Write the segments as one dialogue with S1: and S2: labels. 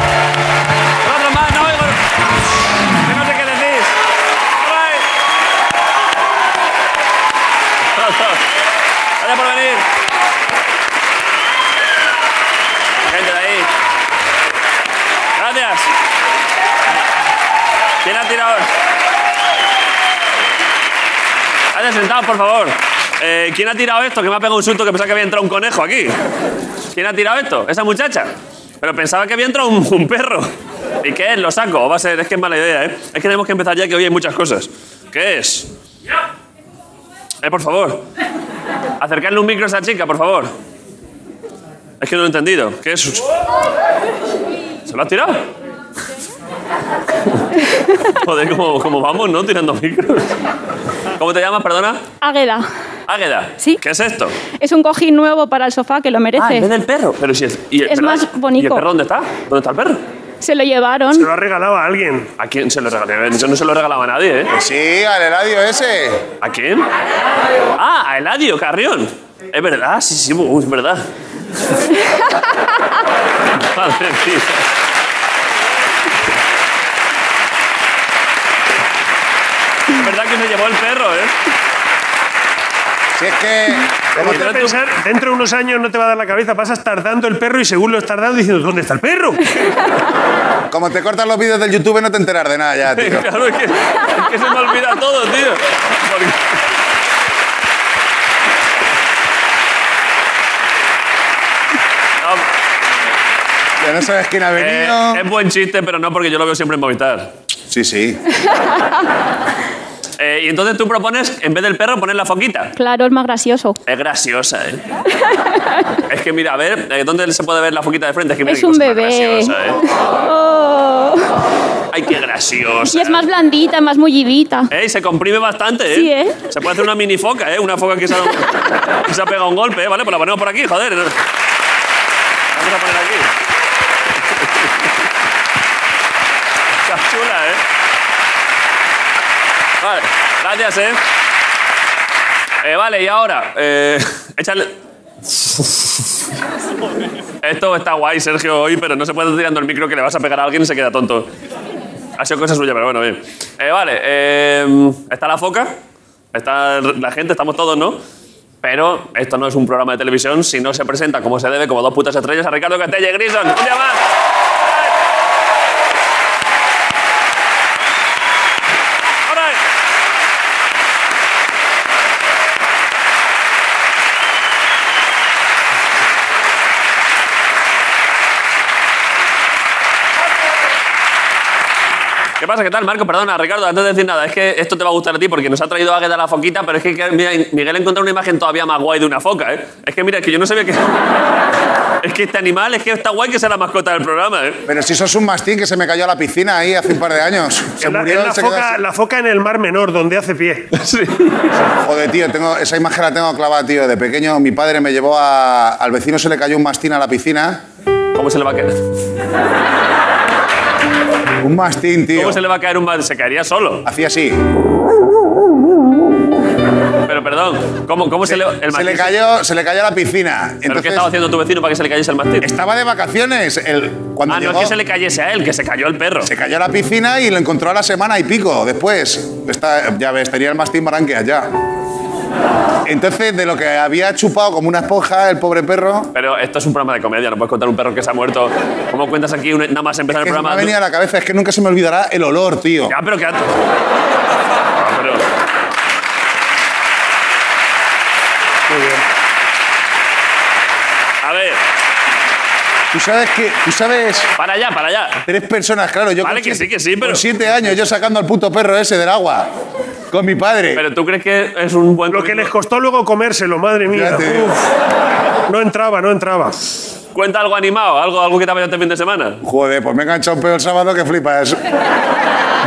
S1: Vaya, sentados, por favor. Eh, ¿Quién ha tirado esto? Que me ha pegado un susto que pensaba que había entrado un conejo aquí. ¿Quién ha tirado esto? ¿Esa muchacha? Pero pensaba que había entrado un, un perro. ¿Y qué es? ¿Lo saco? Va a ser, es que es mala idea, ¿eh? Es que tenemos que empezar ya que hoy hay muchas cosas. ¿Qué es? Eh, por favor. Acercarle un micro a esa chica, por favor. Es que no lo he entendido. ¿Qué es? ¿Se lo has tirado? Joder, como, como vamos, ¿no? Tirando micros. ¿Cómo te llamas, perdona?
S2: Águeda.
S1: Águeda.
S2: Sí.
S1: ¿Qué es esto?
S2: Es un cojín nuevo para el sofá que lo merece.
S1: Ah, en vez del perro. Pero si es, y el-
S2: Es
S1: ¿verdad?
S2: más bonito.
S1: ¿Y el perro dónde está? ¿Dónde está el perro?
S2: Se lo llevaron.
S3: Se lo ha regalado a alguien.
S1: ¿A quién se lo regalaba? Eso no se lo regalaba a nadie, ¿eh?
S4: Pues Sí, al Eladio ese.
S1: ¿A quién? Ah, a Eladio Carrión. Es verdad, sí, sí, uh, es verdad. Madre mía. Es verdad que se llevó el perro, ¿eh?
S4: Si es que.
S3: Pero
S4: ¿cómo
S3: te
S4: te-
S3: va a pensar, dentro de unos años no te va a dar la cabeza, vas a estar dando el perro y según lo estás dando diciendo, ¿dónde está el perro?
S4: Como te cortan los vídeos del YouTube no te enteras de nada ya, tío.
S1: Claro, es que, es que se me olvida todo, tío. Porque- No,
S4: Ya no sabes quién ha
S1: Eh,
S4: venido.
S1: es buen chiste, pero no porque yo lo veo siempre en Movistar.
S4: Sí, sí.
S1: Eh, y entonces tú propones, en vez del perro, poner la foquita.
S2: Claro, es más gracioso.
S1: Es graciosa, ¿eh? es que mira, a ver, eh, ¿dónde se puede ver la foquita de frente? Es, que mira
S2: Es
S1: qué
S2: un
S1: cosa más
S2: bebé.
S1: graciosa, ¿eh?
S2: Oh.
S1: Ay, qué graciosa.
S2: Y es más blandita, más mullidita.
S1: Eh, y se comprime bastante, ¿eh?
S2: Sí, ¿eh?
S1: Se puede hacer una mini foca, ¿eh? Una foca que se ha, que se ha pegado un golpe, ¿eh? Vale, pues la ponemos por aquí, joder. Vamos a poner aquí. Está chula, ¿eh? Vale, gracias, ¿eh? Eh, vale, y ahora, eh, échale... Esto está guay, Sergio, hoy, pero no se puede estar tirando el micro que le vas a pegar a alguien y se queda tonto. Ha sido cosa suya, pero bueno, bien. Eh, vale, eh, está la foca, está la gente, estamos todos, ¿no? Pero esto no es un programa de televisión si no se presenta como se debe, como dos putas estrellas, a Ricardo Castella y Grison. ¡Un día más! All right. ¿Qué pasa? ¿Qué tal, Marco? Perdona, Ricardo, antes de decir nada, es que esto te va a gustar a ti porque nos ha traído Águeda la foquita, pero es que mira, Miguel ha encontrado una imagen todavía más guay de una foca, ¿eh? Es que mira, es que yo no sabía que. es que este animal, es que está guay que sea la mascota del programa, ¿eh?
S4: Pero si sos un mastín que se me cayó a la piscina ahí hace un par de años. Se
S3: Es la,
S4: murió
S3: es la
S4: se quedó
S3: foca,
S4: así.
S3: la foca en el mar menor, donde hace pie.
S1: Sí.
S4: Joder, tío, tengo, esa imagen la tengo clavada, tío. De pequeño, mi padre me llevó a, al vecino, se le cayó un mastín a la piscina.
S1: ¿Cómo se le va a caer?
S4: Un mastín, tío.
S1: ¿Cómo se le va a caer un mal? Se caería solo.
S4: Hacía así.
S1: Pero perdón, ¿cómo, cómo se, le. El
S4: se, le
S1: mastín-
S4: cayó, se le cayó a la piscina.
S1: ¿Pero qué
S4: Entonces,
S1: estaba haciendo tu vecino para que se le cayese el mastín?
S4: estaba de vacaciones. El, cuando
S1: Ah, no
S4: llegó,
S1: es que se le cayese a él, que se cayó el perro.
S4: se cayó a la piscina y lo encontró a la semana y pico después. Está- ya ves, tenía el mastín baranque allá. Entonces, de lo que había chupado como una esponja el pobre perro,
S1: Pero esto es un programa de comedia, no puedes contar un perro que se ha muerto. ¿Cómo cuentas aquí un- nada más empezar
S4: que
S1: el
S4: me ha
S1: programa?
S4: venido a la cabeza, es que nunca se me olvidará el olor, tío.
S1: Ya, pero que... Ah, pero... A ver,
S4: Tú sabes que, tú sabes,
S1: para allá, para allá.
S4: tres personas, claro, yo
S1: Vale,
S4: con
S1: que
S4: siete-
S1: sí, que sí, pero-
S4: con siete años yo sacando al puto perro ese del agua con mi padre.
S1: Pero tú crees que es un buen...
S3: Lo que les
S1: currículum?
S3: costó luego comérselo, madre mía.
S4: Ya te digo.
S3: Uf. no entraba, no entraba.
S1: Cuenta algo animado, algo, algo que te vaya este fin de semana.
S4: Joder, pues me he enganchado un pedo el sábado que flipas.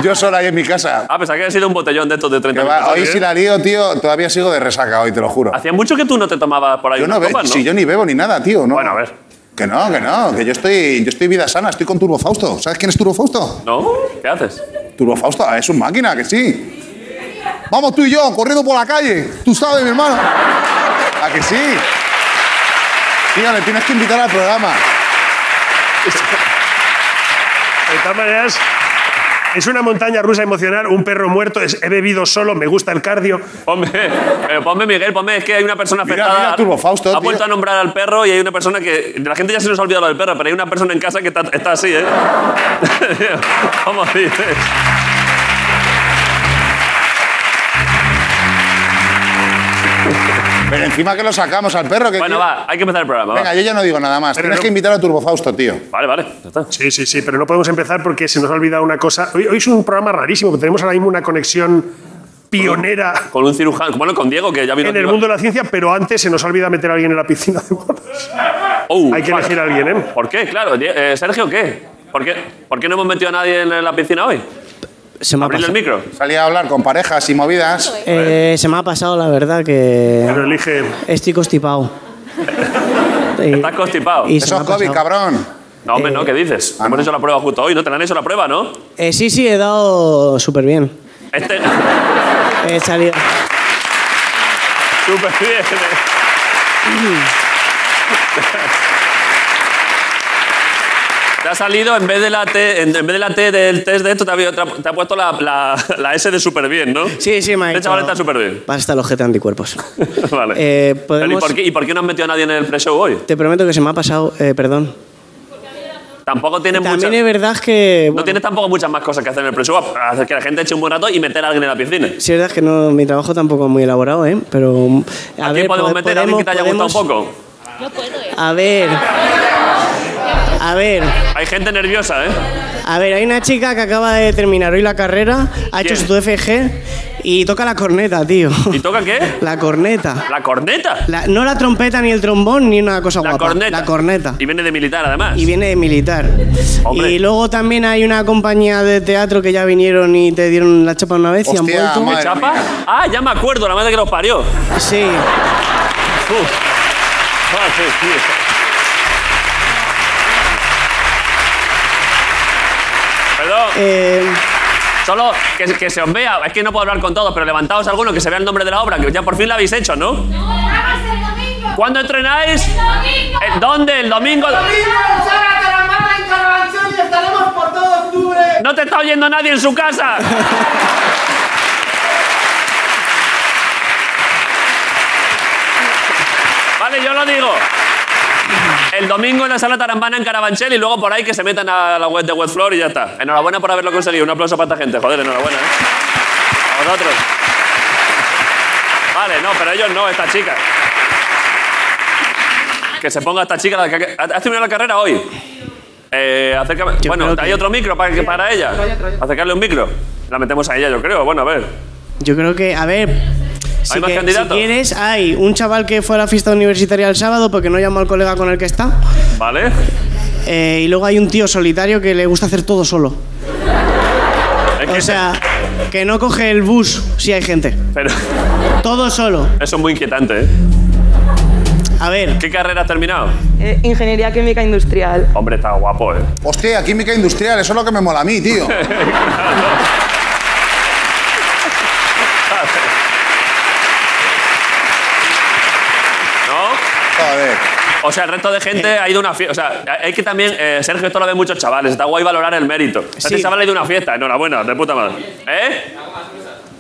S4: Yo solo ahí en mi casa.
S1: Ah, pensaba que había sido un botellón de estos de
S4: Que
S1: 30
S4: va,
S1: minutos. ¿eh?
S4: hoy si la lío, tío, todavía sigo de resaca hoy, te lo juro.
S1: Hacía mucho que tú no te tomabas por ahí
S4: Yo
S1: unas
S4: no, bebo,
S1: copas, ¿no?
S4: Si yo ni bebo ni nada, tío. No.
S1: Bueno, a ver.
S4: Que no, que no, que yo estoy, yo estoy vida sana, estoy con Turbo Fausto. ¿Sabes quién es Turbo Fausto?
S1: ¿No? ¿Qué haces?
S4: Turbo Fausto, ah, es un máquina, que sí. Vamos tú y yo, corriendo por la calle. Tú sabes, mi hermano. ¿A que sí? Tío, le tienes que invitar al programa.
S3: De todas maneras, es una montaña rusa emocional, un perro muerto, es- he bebido solo, me gusta el cardio.
S1: Ponme, eh, ponme Miguel, ponme, es que hay una persona
S4: Mira,
S1: afectada.
S4: mira, Turbo Fausto,
S1: ha
S4: tío.
S1: vuelto a nombrar al perro y hay una persona que. La gente ya se nos ha olvidado lo del perro, pero hay una persona en casa que está, está así, ¿eh? ¿Cómo dices?
S4: Pero encima que lo sacamos al perro. Que
S1: Bueno, va, hay que empezar el programa. va.
S4: Venga, yo ya no digo nada más.
S3: Pero
S4: Tienes
S3: no-
S4: que invitar a Turbo Fausto, tío.
S1: Vale, vale, ya está.
S3: Sí, sí, sí, pero no podemos empezar porque se nos ha olvidado una cosa. Hoy, hoy es un programa rarísimo, porque tenemos ahora mismo una conexión pionera
S1: Con un cirujano, bueno, con Diego, que ya vino.
S3: en el
S1: Diego.
S3: mundo de la ciencia, pero antes se nos ha olvidado meter a alguien en la piscina de bodas.
S1: Oh,
S3: Hay que
S1: fuck.
S3: elegir a alguien, ¿eh?
S1: ¿Por qué? Claro, Die- eh, Sergio, ¿qué? ¿Por, ¿qué? ¿Por qué no hemos metido a nadie en la piscina hoy?
S5: Se me, ha
S1: Abrirle el
S5: pasado,
S1: micro.
S4: Salía a hablar con parejas y movidas.
S5: Eh, se me ha pasado, la verdad, que
S3: Pero elige.
S5: estoy constipado. Y-
S1: Estás constipado.
S5: y se
S4: Eso
S5: me
S4: es
S5: ha
S4: COVID,
S5: pasado. ah,
S4: cabrón.
S1: No, hombre, no, ¿qué dices? Hemos hecho la prueba justo hoy, ¿no? Te la han hecho la prueba, ¿no?
S5: Eh, sí, sí, he dado súper bien.
S1: Este.
S5: He salido.
S1: Súper bien. Te ha salido, en vez de la T, en, en vez de la T del test de esto, te ha, habido otra- te ha puesto la, la- la S de súper bien, ¿no?
S5: Sí, sí, me ha
S1: Este
S5: hecho-
S1: chaval está súper bien.
S5: Vas hasta el ojete de anticuerpos.
S1: vale.
S5: Eh,
S1: Pero, ¿y,
S5: podemos-
S1: por qué, y por qué no han metido a nadie en el pre-show hoy?
S5: Te prometo que se me ha pasado, eh, perdón.
S1: Tampoco tienen
S5: También
S1: muchas...
S5: es verdad que...
S1: No
S5: bueno,
S1: tienes tampoco muchas más cosas que hacer en el pre-show, a- hacer que la gente eche un buen rato y meter a alguien en la piscina.
S5: Sí, es verdad que no, mi trabajo tampoco es muy elaborado, ¿eh? Pero...
S1: ¿A, quién podemos
S5: pode-
S1: meter? ¿A alguien que te haya
S5: pues podemos-
S1: gustado un poco?
S5: A ver... A ver...
S1: Hay gente nerviosa, ¿eh?
S5: A ver, hay una chica que acaba de terminar hoy la carrera, ha
S1: ¿Quién?
S5: hecho su FG y toca la corneta, tío.
S1: ¿Y toca qué?
S5: La corneta.
S1: ¿La corneta?
S5: La- no la trompeta ni el trombón ni una cosa
S1: La
S5: guapa.
S1: corneta.
S5: La corneta.
S1: Y viene de militar, además.
S5: Y viene de militar.
S1: Hombre.
S5: Y luego también hay una compañía de teatro que ya vinieron y te dieron la chapa una vez y han
S4: Hostia,
S5: vuelto.
S4: madre.
S1: ¿Chapa? Ah, ya me acuerdo, la madre que los parió.
S5: Sí.
S1: Uf. Ah, sí, sí. Perdón,
S5: Eh,
S1: solo que, que se os vea, es que no puedo hablar con todos, pero levantaos alguno que se vea el nombre de la obra, que ya por fin la habéis hecho, ¿no? ¿Cuándo entrenáis? ¿Eh, ¿Dónde? ¿El domingo? ¡No te está oyendo nadie en su casa! Vale, yo lo digo. El domingo en la sala Tarambana en Carabanchel y luego por ahí que se metan a la web de Webfloor y ya está. Enhorabuena por haberlo conseguido. Un aplauso para esta gente. Joder, enhorabuena, ¿eh? A vosotros. Vale, no, pero ellos no, esta chica. Que se ponga esta chica. La que, ¿Has terminado la carrera hoy? Eh, acércame.
S5: Yo
S1: Bueno,
S5: creo que-
S1: hay otro micro para, que- para ella. Acercarle un micro. La metemos a ella, yo creo. Bueno, a ver.
S5: yo creo que, a ver. Si,
S1: más
S5: que- si
S1: candidatos?
S5: quieres, hay un chaval que fue a la fiesta universitaria el sábado porque no llamó al colega con el que está.
S1: Vale.
S5: Eh, y luego hay un tío solitario que le gusta hacer todo solo.
S1: Es que-
S5: O sea, que no coge el bus si hay gente.
S1: Pero
S5: Todo solo.
S1: eso es muy inquietante, ¿eh?
S5: A ver,
S1: ¿Qué carrera has terminado?
S6: Eh, ingeniería química industrial.
S1: Hombre, está guapo, ¿eh?
S4: Hostia, química industrial, eso es lo que me mola a mí, tío.
S1: ¿No?
S4: Joder.
S1: O sea, el resto de gente
S5: Eh.
S1: ha ido a una fiesta. O sea, hay que también. eh, Sergio, esto lo ven muchos chavales. Está guay valorar el mérito. Este
S5: Sí.
S1: chaval ha ido a una fiesta. Enhorabuena, de puta madre. ¿Eh?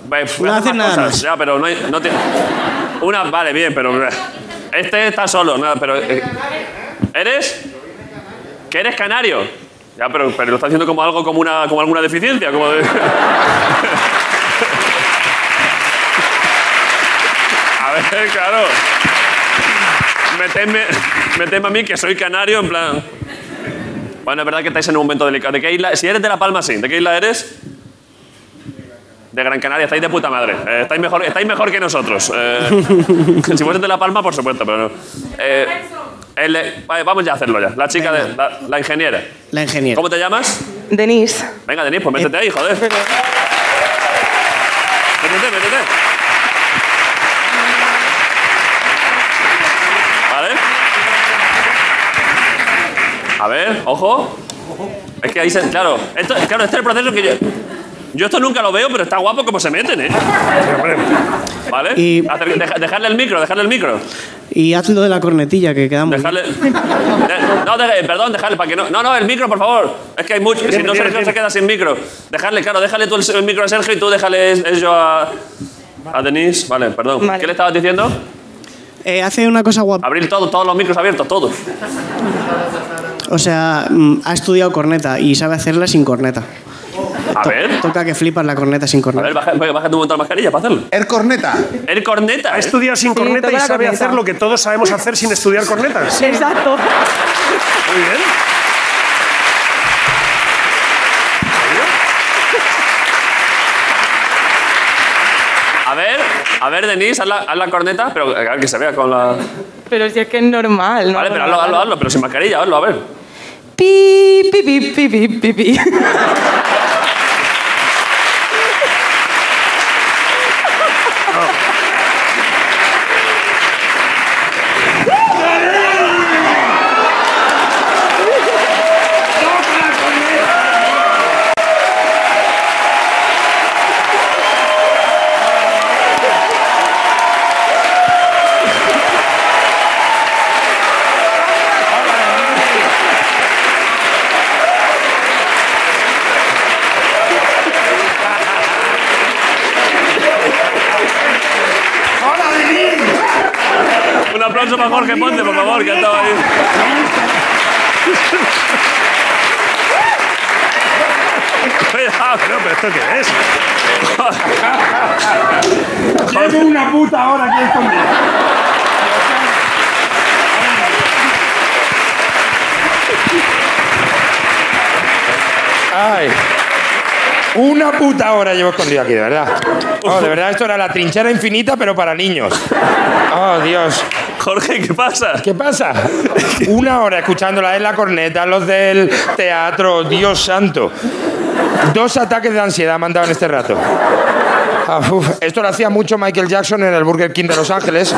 S1: Ve, pf,
S5: No
S1: hace
S5: hacen
S1: más
S5: nada
S1: cosas.
S5: más.
S1: Ya, pero no, hay- no tiene. Una, vale, bien, pero. eh, Este está solo, nada, pero. eh, ¿Eres? ¿Que eres canario? Ya, pero, pero lo está haciendo como algo, como, una, como alguna deficiencia. Como de- A ver, claro. Metedme, metedme a mí que soy canario, en plan. Bueno, es verdad que estáis en un momento delicado. ¿De qué isla? Si eres de La Palma, sí. ¿De qué isla eres? De Gran Canaria, estáis de puta madre. Eh, estáis, mejor, estáis mejor que nosotros. Eh, si fueses de La Palma, por supuesto, pero no. Eh, el de- vale, vamos ya a hacerlo ya. La chica, de, la, la ingeniera.
S5: la ingeniera. Eh.
S1: ¿Cómo te llamas?
S6: Denise.
S1: Venga, Denis, pues métete ahí, joder. Métete, métete. Vale. A ver, ojo. Es que ahí se. Claro, esto, claro, este es el proceso que yo. Yo esto nunca lo veo, pero está guapo como se meten, ¿eh? ¿Vale?
S5: Y-
S1: Acer- deja- dejarle el micro, dejarle el micro.
S5: Y haz lo de la cornetilla, que quedamos.
S1: Dejarle. De- no, de- perdón, dejarle para que no. No, no, el micro, por favor. Es que hay mucho. Si no, Sergio se queda sin micro. Dejarle, claro, déjale tú el, el micro a Sergio y tú déjale es- eso a. A Denise. Vale, perdón.
S6: Vale.
S1: ¿Qué le estabas diciendo?
S5: Eh, hace una cosa guapa.
S1: Abrir todo, todos los micros abiertos, todos.
S5: O sea, mm, ha estudiado corneta y sabe hacerla sin corneta.
S1: A ver.
S5: Toca que flipas la corneta sin
S1: A
S5: corneta.
S1: ver, baja- oye, bájate un montón de mascarilla para hacerlo.
S4: El corneta.
S1: El corneta.
S3: Ha
S1: ¿eh?
S3: estudiado sin
S6: Sí,
S3: corneta
S6: toca
S3: y
S6: la
S3: sabe
S6: corneta.
S3: hacer lo que todos sabemos hacer sin estudiar cornetas.
S6: Exacto.
S3: Muy bien.
S1: A ver, a ver, Denise, haz la, haz la corneta, pero a ver que se vea con la.
S6: Pero si es que es normal, ¿no?
S1: Vale, pero hazlo, hazlo, hazlo, pero sin mascarilla, hazlo, a ver.
S6: Pi, pi, pi, pi, pi, pi, pi.
S1: Un aplauso para Jorge Ponte, por favor, que ha estado ahí. Cuidado,
S3: Pero, pero ¿esto qué es?
S7: Llevo una puta hora aquí escondido. Ay. Una puta hora llevo escondido aquí, de verdad. Oh, de verdad, esto era la trinchera infinita, pero para niños. Oh, Dios.
S1: Jorge, ¿qué pasa?
S7: ¿Qué pasa? Una hora escuchándola en la corneta, los del teatro, Dios santo. Dos ataques de ansiedad me han dado en este rato. Ah, uf, Esto lo hacía mucho Michael Jackson en el Burger King de Los Ángeles.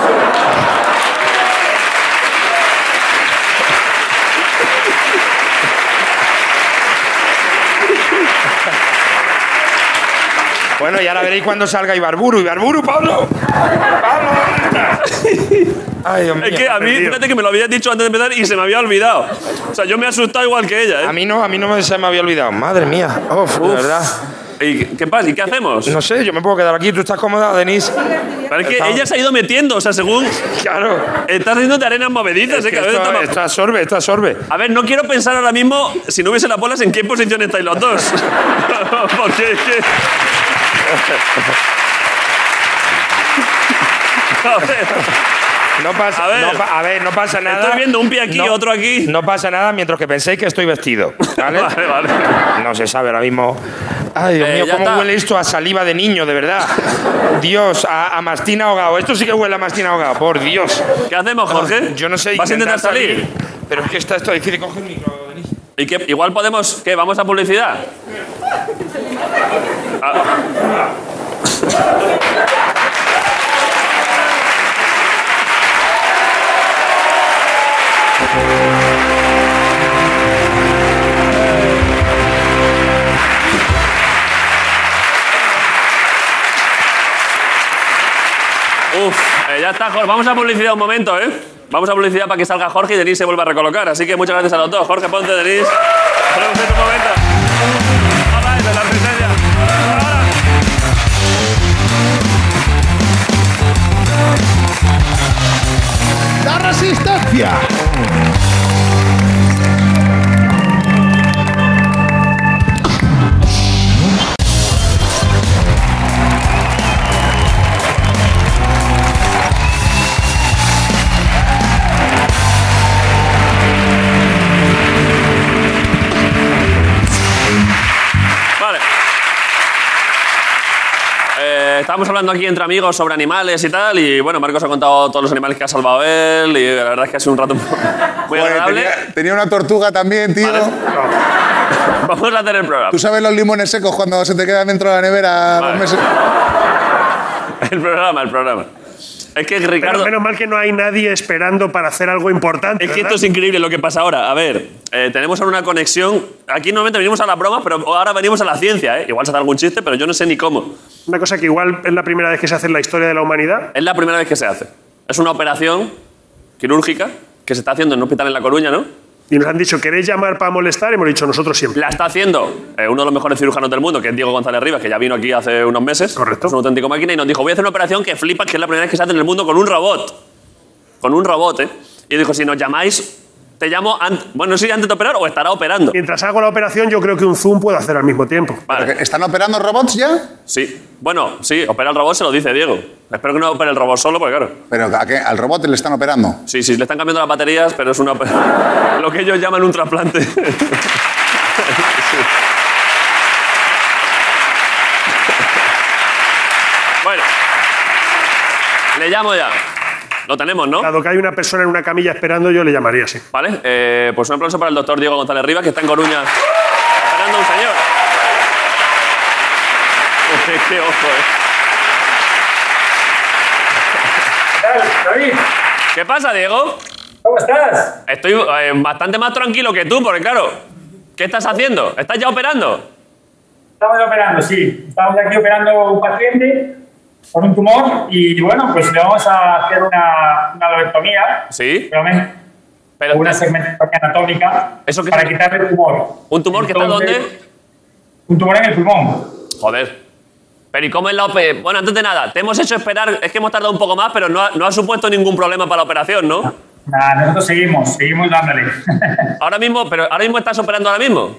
S7: Bueno, ya la veréis cuando salga Ibarburu. ¡Ibarburu, Pablo! ¡Pablo! ¿dónde estás? Ay, Dios mío.
S1: Es que a mí, fíjate que me lo había dicho antes de empezar y se me había olvidado. O sea, yo me he asustado igual que ella,
S7: A
S1: ¿eh?
S7: mí no, a mí no me, se me había olvidado. Madre mía. Uf, de verdad.
S1: ¿Y qué pasa? ¿Y qué hacemos?
S7: No sé, yo me puedo quedar aquí. ¿Tú estás cómoda, Denise?
S1: Pero es que ella se ha ido metiendo, o sea, según
S7: Claro.
S1: estás haciéndote arenas movedizas,
S7: Es
S1: ¿eh?
S7: que
S1: Cada vez está
S7: esto,
S1: más-
S7: esto absorbe, esto absorbe.
S1: A ver, no quiero pensar ahora mismo, si no hubiese las bolas, en qué posición estáis los dos. Porque es que... A ver,
S7: No pasa,
S1: A
S7: a
S1: ver.
S7: ver, no, pa- a ver, no pasa nada.
S1: Estoy viendo un pie aquí,
S7: No-
S1: otro aquí.
S7: No pasa nada mientras que penséis que estoy vestido. ¿Vale?
S1: Vale, vale.
S7: No se sabe ahora mismo. Ay, Dios
S1: Eh, ya
S7: mío, cómo
S1: está.
S7: huele esto a saliva de niño, de verdad. Dios, a, a mastín ahogado. Esto sí que huele a mastín ahogado, por Dios.
S1: ¿Qué hacemos, Jorge?
S7: Yo no sé.
S1: ¿Vas a intentar salir?
S7: Pero es que está esto difícil. Coge el micro, Denise.
S1: ¿Y qué? Igual podemos... ¿Qué? ¿Vamos a publicidad? Ah, Uf, eh, ya está, Jorge. Vamos a publicidad un momento, ¿eh? Vamos a publicidad para que salga Jorge y Denis se vuelva a recolocar. Así que muchas gracias a los dos. Jorge Ponte, Denis. Nos vemos en un momento. Hola, desde la presencia. Ahora.
S4: ¡La resistencia!
S1: Vale. Eh, estábamos hablando aquí entre amigos sobre animales y tal, y bueno, Marcos ha contado todos los animales que ha salvado él, y la verdad es que ha sido un rato muy
S4: Joder,
S1: agradable.
S4: tenía, tenía una tortuga también, tío.
S1: Vale. Vamos a hacer el programa.
S4: ¿Tú sabes los limones secos cuando se te quedan dentro de la nevera
S1: Vale.
S4: dos meses?
S1: El programa, el programa. Es que
S3: Pero
S1: Ricardo...
S3: menos mal que no hay nadie esperando para hacer algo importante.
S1: Es que
S3: ¿verdad?
S1: esto es increíble lo que pasa ahora. A ver, eh, tenemos ahora una conexión. Aquí normalmente venimos a la broma, pero ahora venimos a la ciencia. ¿eh? Igual se hace algún chiste, pero yo no sé ni cómo.
S3: Una cosa que igual es la primera vez que se hace en la historia de la humanidad.
S1: Es la primera vez que se hace. Es una operación quirúrgica que se está haciendo en un hospital en La Coruña, ¿no?
S3: Y nos han dicho, ¿queréis llamar para molestar? Y hemos dicho, nosotros siempre.
S1: La está haciendo eh, uno de los mejores cirujanos del mundo, que es Diego González Rivas, que ya vino aquí hace unos meses.
S3: Correcto.
S1: Es un auténtico máquina y nos dijo, voy a hacer una operación que flipas, que es la primera vez que se hace en el mundo con un robot. Con un robot, ¿eh? Y dijo, si nos llamáis, te llamo antes. Bueno, no sé si antes de operar o estará operando.
S3: Mientras hago la operación, yo creo que un zoom puedo hacer al mismo tiempo.
S1: Vale,
S4: ¿Están operando robots ya?
S1: sí. Bueno, sí, opera el robot, se lo dice Diego. Espero que no opere el robot solo, porque claro.
S4: Pero ¿a qué? al robot le están operando.
S1: Sí, sí, le están cambiando las baterías, pero es una. lo que ellos llaman un trasplante. Sí. Bueno. Le llamo ya. Lo tenemos, ¿no?
S3: Dado que hay una persona en una camilla esperando, yo le llamaría así.
S1: Vale, eh, pues un aplauso para el doctor Diego González Rivas, que está en Coruña esperando a un señor. Joder, qué ojo, eh.
S8: David,
S1: ¿Qué pasa, Diego?
S8: ¿cómo estás?
S1: Estoy eh, bastante más tranquilo que tú, porque claro, ¿qué estás haciendo? ¿Estás ya operando?
S8: Estamos operando, sí. Estamos aquí operando un paciente con un tumor y bueno, pues le vamos a hacer una, una lobectomía,
S1: Sí,
S8: seguramente,
S1: pero
S8: o una segmentación anatómica
S1: ¿Eso qué
S8: para
S1: es?
S8: quitar el tumor.
S1: ¿un tumor que está
S8: Entonces,
S1: dónde?
S8: Un tumor en el pulmón.
S1: Joder. Pero ¿y cómo es la OP? Bueno, antes de nada, te hemos hecho esperar, es que hemos tardado un poco más, pero no ha, no ha supuesto ningún problema para la operación, ¿no?
S8: Nada, nosotros seguimos, seguimos dándole.
S1: Ahora mismo, pero ahora mismo estás operando ahora mismo.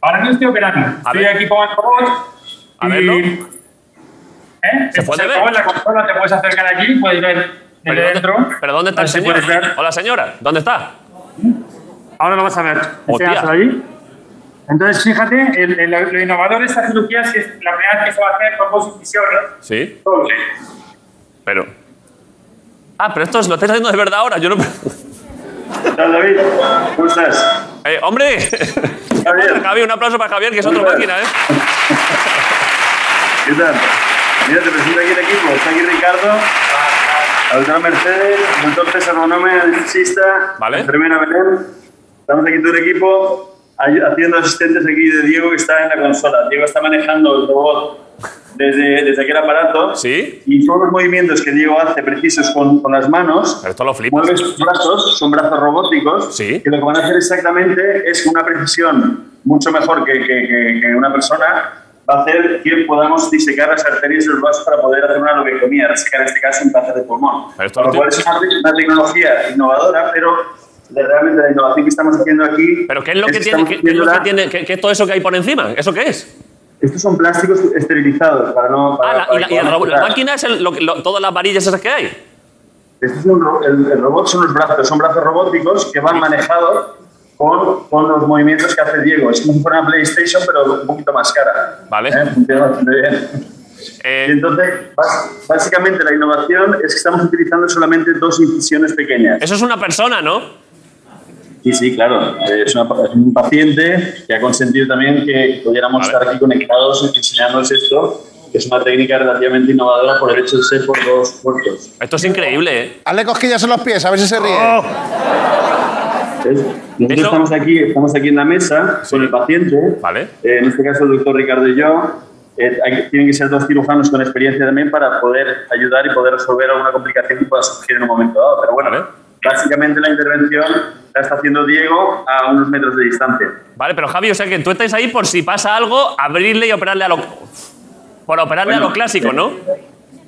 S8: Ahora no estoy operando,
S1: A
S8: estoy
S1: ver.
S8: aquí con el robot.
S1: A
S8: y-
S1: verlo.
S8: ¿Eh?
S1: ¿Se
S8: Este es
S1: puede
S8: el
S1: ver?
S8: robot, La consola te puedes acercar aquí, puedes ver desde
S1: Pero
S8: dentro.
S1: ¿dónde, pero ¿dónde está
S8: A
S1: el
S8: ver si
S1: señor?
S8: puedes ver.
S1: Hola, señora. ¿Dónde está?
S8: Ahora lo vas a ver.
S1: Hostia.
S8: Este ahí. Entonces, fíjate, el- el- lo innovador de esta cirugía es que es la primera vez que se va a hacer con dos incisiones
S1: Sí,
S8: doble.
S1: pero... Ah, pero esto es- lo estáis haciendo de verdad ahora. Yo no...
S8: David? ¿Cómo estás?
S1: Eh, ¡Hombre! Javier. un aplauso para Javier, que es otro máquina, ¿eh?
S8: ¿Qué tal? Mira, te presento aquí el equipo. Está aquí Ricardo, la doctora Mercedes, el doctor César Bonome, anestesista,
S1: Vale.
S8: la enfermera Belén. Estamos aquí todo el equipo ay- haciendo asistentes aquí de Diego que está en la consola. Diego está manejando el robot desde, desde aquel aparato.
S1: Sí.
S8: Y todos los movimientos que Diego hace precisos con, con las manos,
S1: Pero esto lo flipas.
S8: mueve sus brazos, son brazos robóticos,
S1: Sí.
S8: que lo que van a hacer exactamente es una precisión mucho mejor que, que- que- que una persona, va a hacer que podamos disecar las arterias y los vasos para poder hacer una lobectomía, resecar en este caso un cáncer de pulmón.
S1: Pero esto
S8: Con lo
S1: no
S8: cual
S1: tiene-
S8: es una, una tecnología innovadora, pero de- realmente la innovación que estamos haciendo aquí...
S1: ¿Pero qué es lo que tiene?
S8: estamos
S1: ¿Qué, qué es lo que
S8: haciéndola-
S1: tiene? ¿Qué, qué es todo eso que hay por encima? ¿Eso qué es?
S8: Estos son plásticos esterilizados para no...
S1: Ah,
S8: para-
S1: la, y
S8: para
S1: la,
S8: que
S1: y el
S8: podamos
S1: robot- la
S8: curar.
S1: máquina es el- lo que- lo- todas las varillas esas que hay.
S8: Este es un ro- el, el robot son los brazos, son brazos robóticos que van manejados con, con los movimientos que hace Diego. Es como si fuera una PlayStation, pero un poquito más cara.
S1: Vale.
S8: ¿Eh? Funciona bastante bien. Y
S1: Eh,
S8: entonces, bas- básicamente la innovación es que estamos utilizando solamente dos incisiones pequeñas.
S1: eso es una persona, ¿no?
S8: Sí, sí, claro. Es, una- es un paciente que ha consentido también que pudiéramos
S1: Vale.
S8: estar aquí conectados y enseñarnos esto, que es una técnica relativamente innovadora por el hecho de ser por dos puertos.
S1: Esto es increíble, ¿eh?
S4: Hazle cosquillas en los pies, a ver si se ríe.
S3: Oh,
S8: ¿Ves? Nosotros
S1: Eso-
S8: estamos aquí, estamos aquí en la mesa con el paciente,
S1: Vale.
S8: Eh, en este caso el doctor Ricardo y yo. Eh, hay- tienen que ser dos cirujanos con experiencia también para poder ayudar y poder resolver alguna complicación que pueda surgir en un momento dado. Pero bueno,
S1: Vale.
S8: básicamente la intervención la está haciendo Diego a unos metros de distancia.
S1: Vale, pero Javi, o sea que tú estáis ahí por si pasa algo, abrirle y operarle a lo... Por operarle
S8: Bueno,
S1: a lo clásico, ¿no?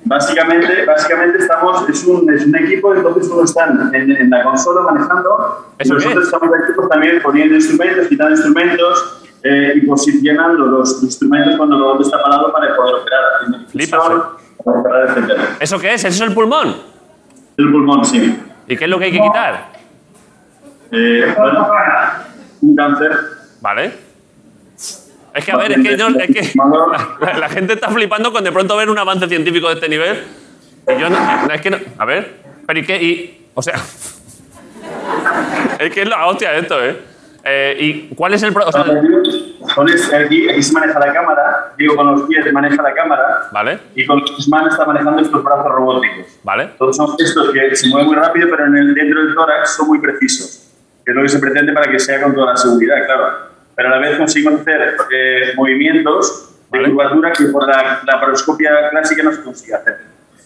S8: Básicamente, básicamente estamos, es un, es un equipo, entonces todos están en, en la consola manejando. y
S1: ¿Eso qué
S8: nosotros
S1: es?
S8: estamos aquí pues, también poniendo instrumentos, quitando instrumentos eh, y posicionando los instrumentos cuando el robot está parado para poder operar. haciendo
S1: Flipas,
S8: pulsar, para operar, etcétera.
S1: ¿Eso qué es? ¿Eso es el pulmón?
S8: El pulmón, sí.
S1: ¿Y qué es lo que hay que quitar?
S8: Eh, bueno, un cáncer.
S1: Vale. Es que, a ver, es que, yo- es que la, la gente está flipando con de pronto ver un avance científico de este nivel. Y yo no, no, es que no, A ver, pero ¿y qué? Y, o sea... es que es la hostia esto, ¿eh? Eh, ¿Y cuál es el...? pro- o sea,
S8: Con este- aquí, aquí se maneja la cámara, digo, con los pies se maneja la cámara
S1: vale,
S8: y con sus manos está manejando estos brazos robóticos.
S1: vale.
S8: Todos son gestos que se mueven muy rápido, pero en el, dentro del tórax son muy precisos. Que es lo que se pretende para que sea con toda la seguridad, claro. Pero a la vez conseguimos hacer eh, movimientos de
S1: Vale.
S8: curvatura que por la, la paroscopia clásica no se consigue hacer.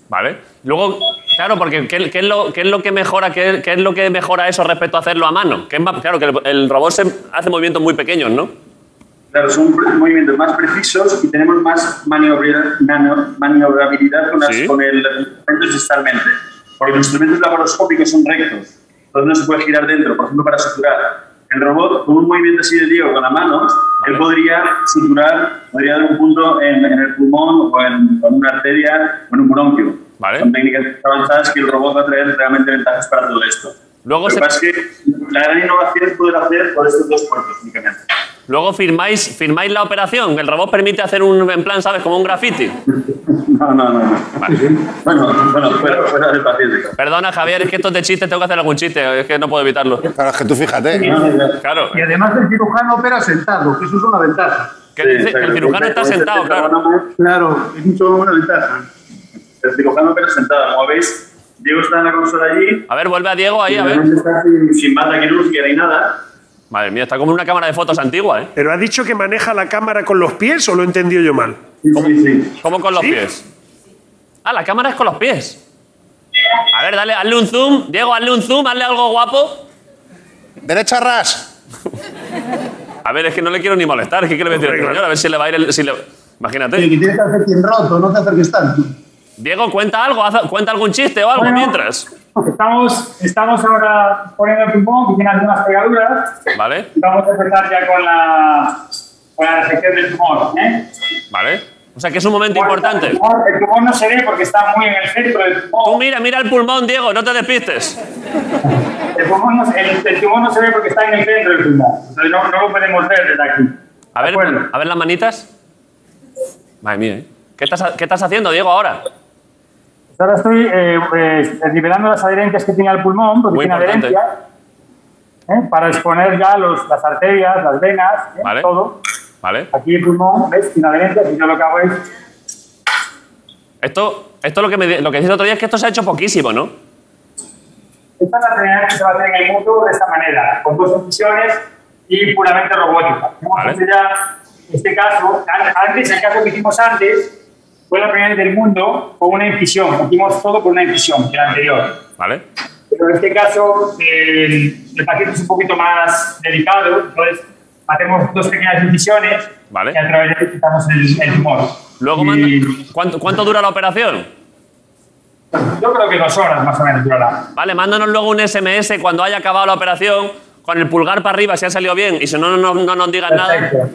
S1: Vale. Luego, claro, porque ¿qué, qué es, lo, qué es lo que mejora, qué, qué es lo que mejora eso respecto a hacerlo a mano? Que es más- claro, que el, el robot se hace movimientos muy pequeños, ¿no?
S8: Claro, son pre- movimientos más precisos y tenemos más maniobra- nano- maniobrabilidad con, las-
S1: Sí.
S8: con el instrumento digitalmente. Porque los instrumentos laparoscópicos son rectos. donde no se puede girar dentro, por ejemplo, para suturar. El robot, con un movimiento así de Diego con la mano, él podría suturar, podría dar un punto en, en el pulmón o en, o en una arteria o en un bronquio.
S1: Vale.
S8: Son técnicas avanzadas que el robot va a traer realmente ventajas para todo esto.
S1: Luego
S8: Lo que
S1: se-
S8: pasa es que la gran innovación es poder hacer por estos dos puertos únicamente.
S1: Luego firmáis, firmáis la operación. El robot permite hacer un, en plan, ¿sabes? Como un graffiti.
S8: No, no, no. no. Bueno, bueno, fuera, fuera del paciente.
S1: Perdona, Javier, es que esto es de chiste, tengo que hacer algún chiste. Es que no puedo evitarlo.
S4: Claro, es que tú fíjate.
S8: No, no, no.
S1: Claro.
S9: Y además el cirujano opera sentado, que eso es una ventaja.
S1: Que
S8: Sí,
S1: dice que
S8: pero
S1: el cirujano está
S8: con este
S1: sentado, claro.
S8: programa,
S9: Claro, es mucho una ventaja.
S8: El cirujano pero sentado. Como veis, Diego está en la consola allí.
S1: A ver, vuelve a Diego ahí, a ver.
S8: Realmente está sin, sin bata quirúrgica ni nada.
S1: Madre mía, está como una cámara de fotos antigua, ¿eh?
S3: ¿Pero ha dicho que maneja la cámara con los pies o lo he entendido yo mal?
S8: Sí, sí, sí.
S1: Como con los
S3: ¿Sí?
S1: pies. Ah, la cámara es con los pies. A ver, dale, hazle un zoom. Diego, hazle un zoom, hazle algo guapo.
S4: Derecha ras.
S1: A ver, es que no le quiero ni molestar. ¿Qué quiere decir el
S3: Hombre, claro.
S1: señor? A ver si le va a ir el. si le-
S9: Que
S1: Imagínate.
S9: tienes que hacer cien roto, no te acerques tanto.
S1: Diego, cuenta algo, haz- cuenta algún chiste o algo
S10: Bueno.
S1: mientras.
S10: Estamos, estamos ahora poniendo el pulmón, que tiene algunas pegaduras.
S1: ¿Vale?
S10: Vamos a empezar ya con la, con la resección del tumor. ¿eh?
S1: ¿Vale? O sea que es un momento importante.
S10: El tumor, el tumor no se ve porque está muy en el centro del
S1: Tú
S10: tumor.
S1: mira, mira el pulmón, Diego, no te despistes.
S10: El, pulmón no se- el- el tumor no se ve porque está en el centro del pulmón. Entonces no, no lo podemos ver desde aquí.
S1: A ver,
S10: ¿De acuerdo?
S1: a ver las manitas. Madre mía, ¿eh? ¿Qué estás, ha- qué estás haciendo, Diego, ahora?
S10: Pues ahora estoy eh, eh, liberando las adherencias que tenía el pulmón, porque
S1: Muy
S10: tiene
S1: importante.
S10: adherencias, ¿eh? para exponer ya los, las arterias, las venas, ¿eh?
S1: Vale.
S10: todo.
S1: ¿Vale?
S10: Aquí el pulmón, ¿ves? Tiene adherencias y yo lo que hago es
S1: Esto, esto lo que me, di- lo que decís el otro día es que esto se ha hecho poquísimo, ¿no?
S10: Esta es la primera vez que se va a hacer en el mundo de esta manera, con dos incisiones y puramente robótica. Hemos
S1: Vale.
S10: hecho ya este caso, an- antes, el caso que hicimos antes, fue la primera vez del mundo con una incisión. Hicimos todo con una incisión, que la anterior.
S1: ¿Vale?
S10: Pero en este caso, eh, el paciente es un poquito más delicado, entonces hacemos dos pequeñas incisiones
S1: Vale.
S10: y a través de ellas quitamos el, el tumor.
S1: Luego,
S10: Y
S1: manda- ¿cuánto, ¿cuánto dura la operación?
S10: Yo creo que dos horas más o menos durará.
S1: Vale, mándanos luego un SMS cuando haya acabado la operación, con el pulgar para arriba si ha salido bien, y si no, no, no nos digas nada.
S10: Perfecto.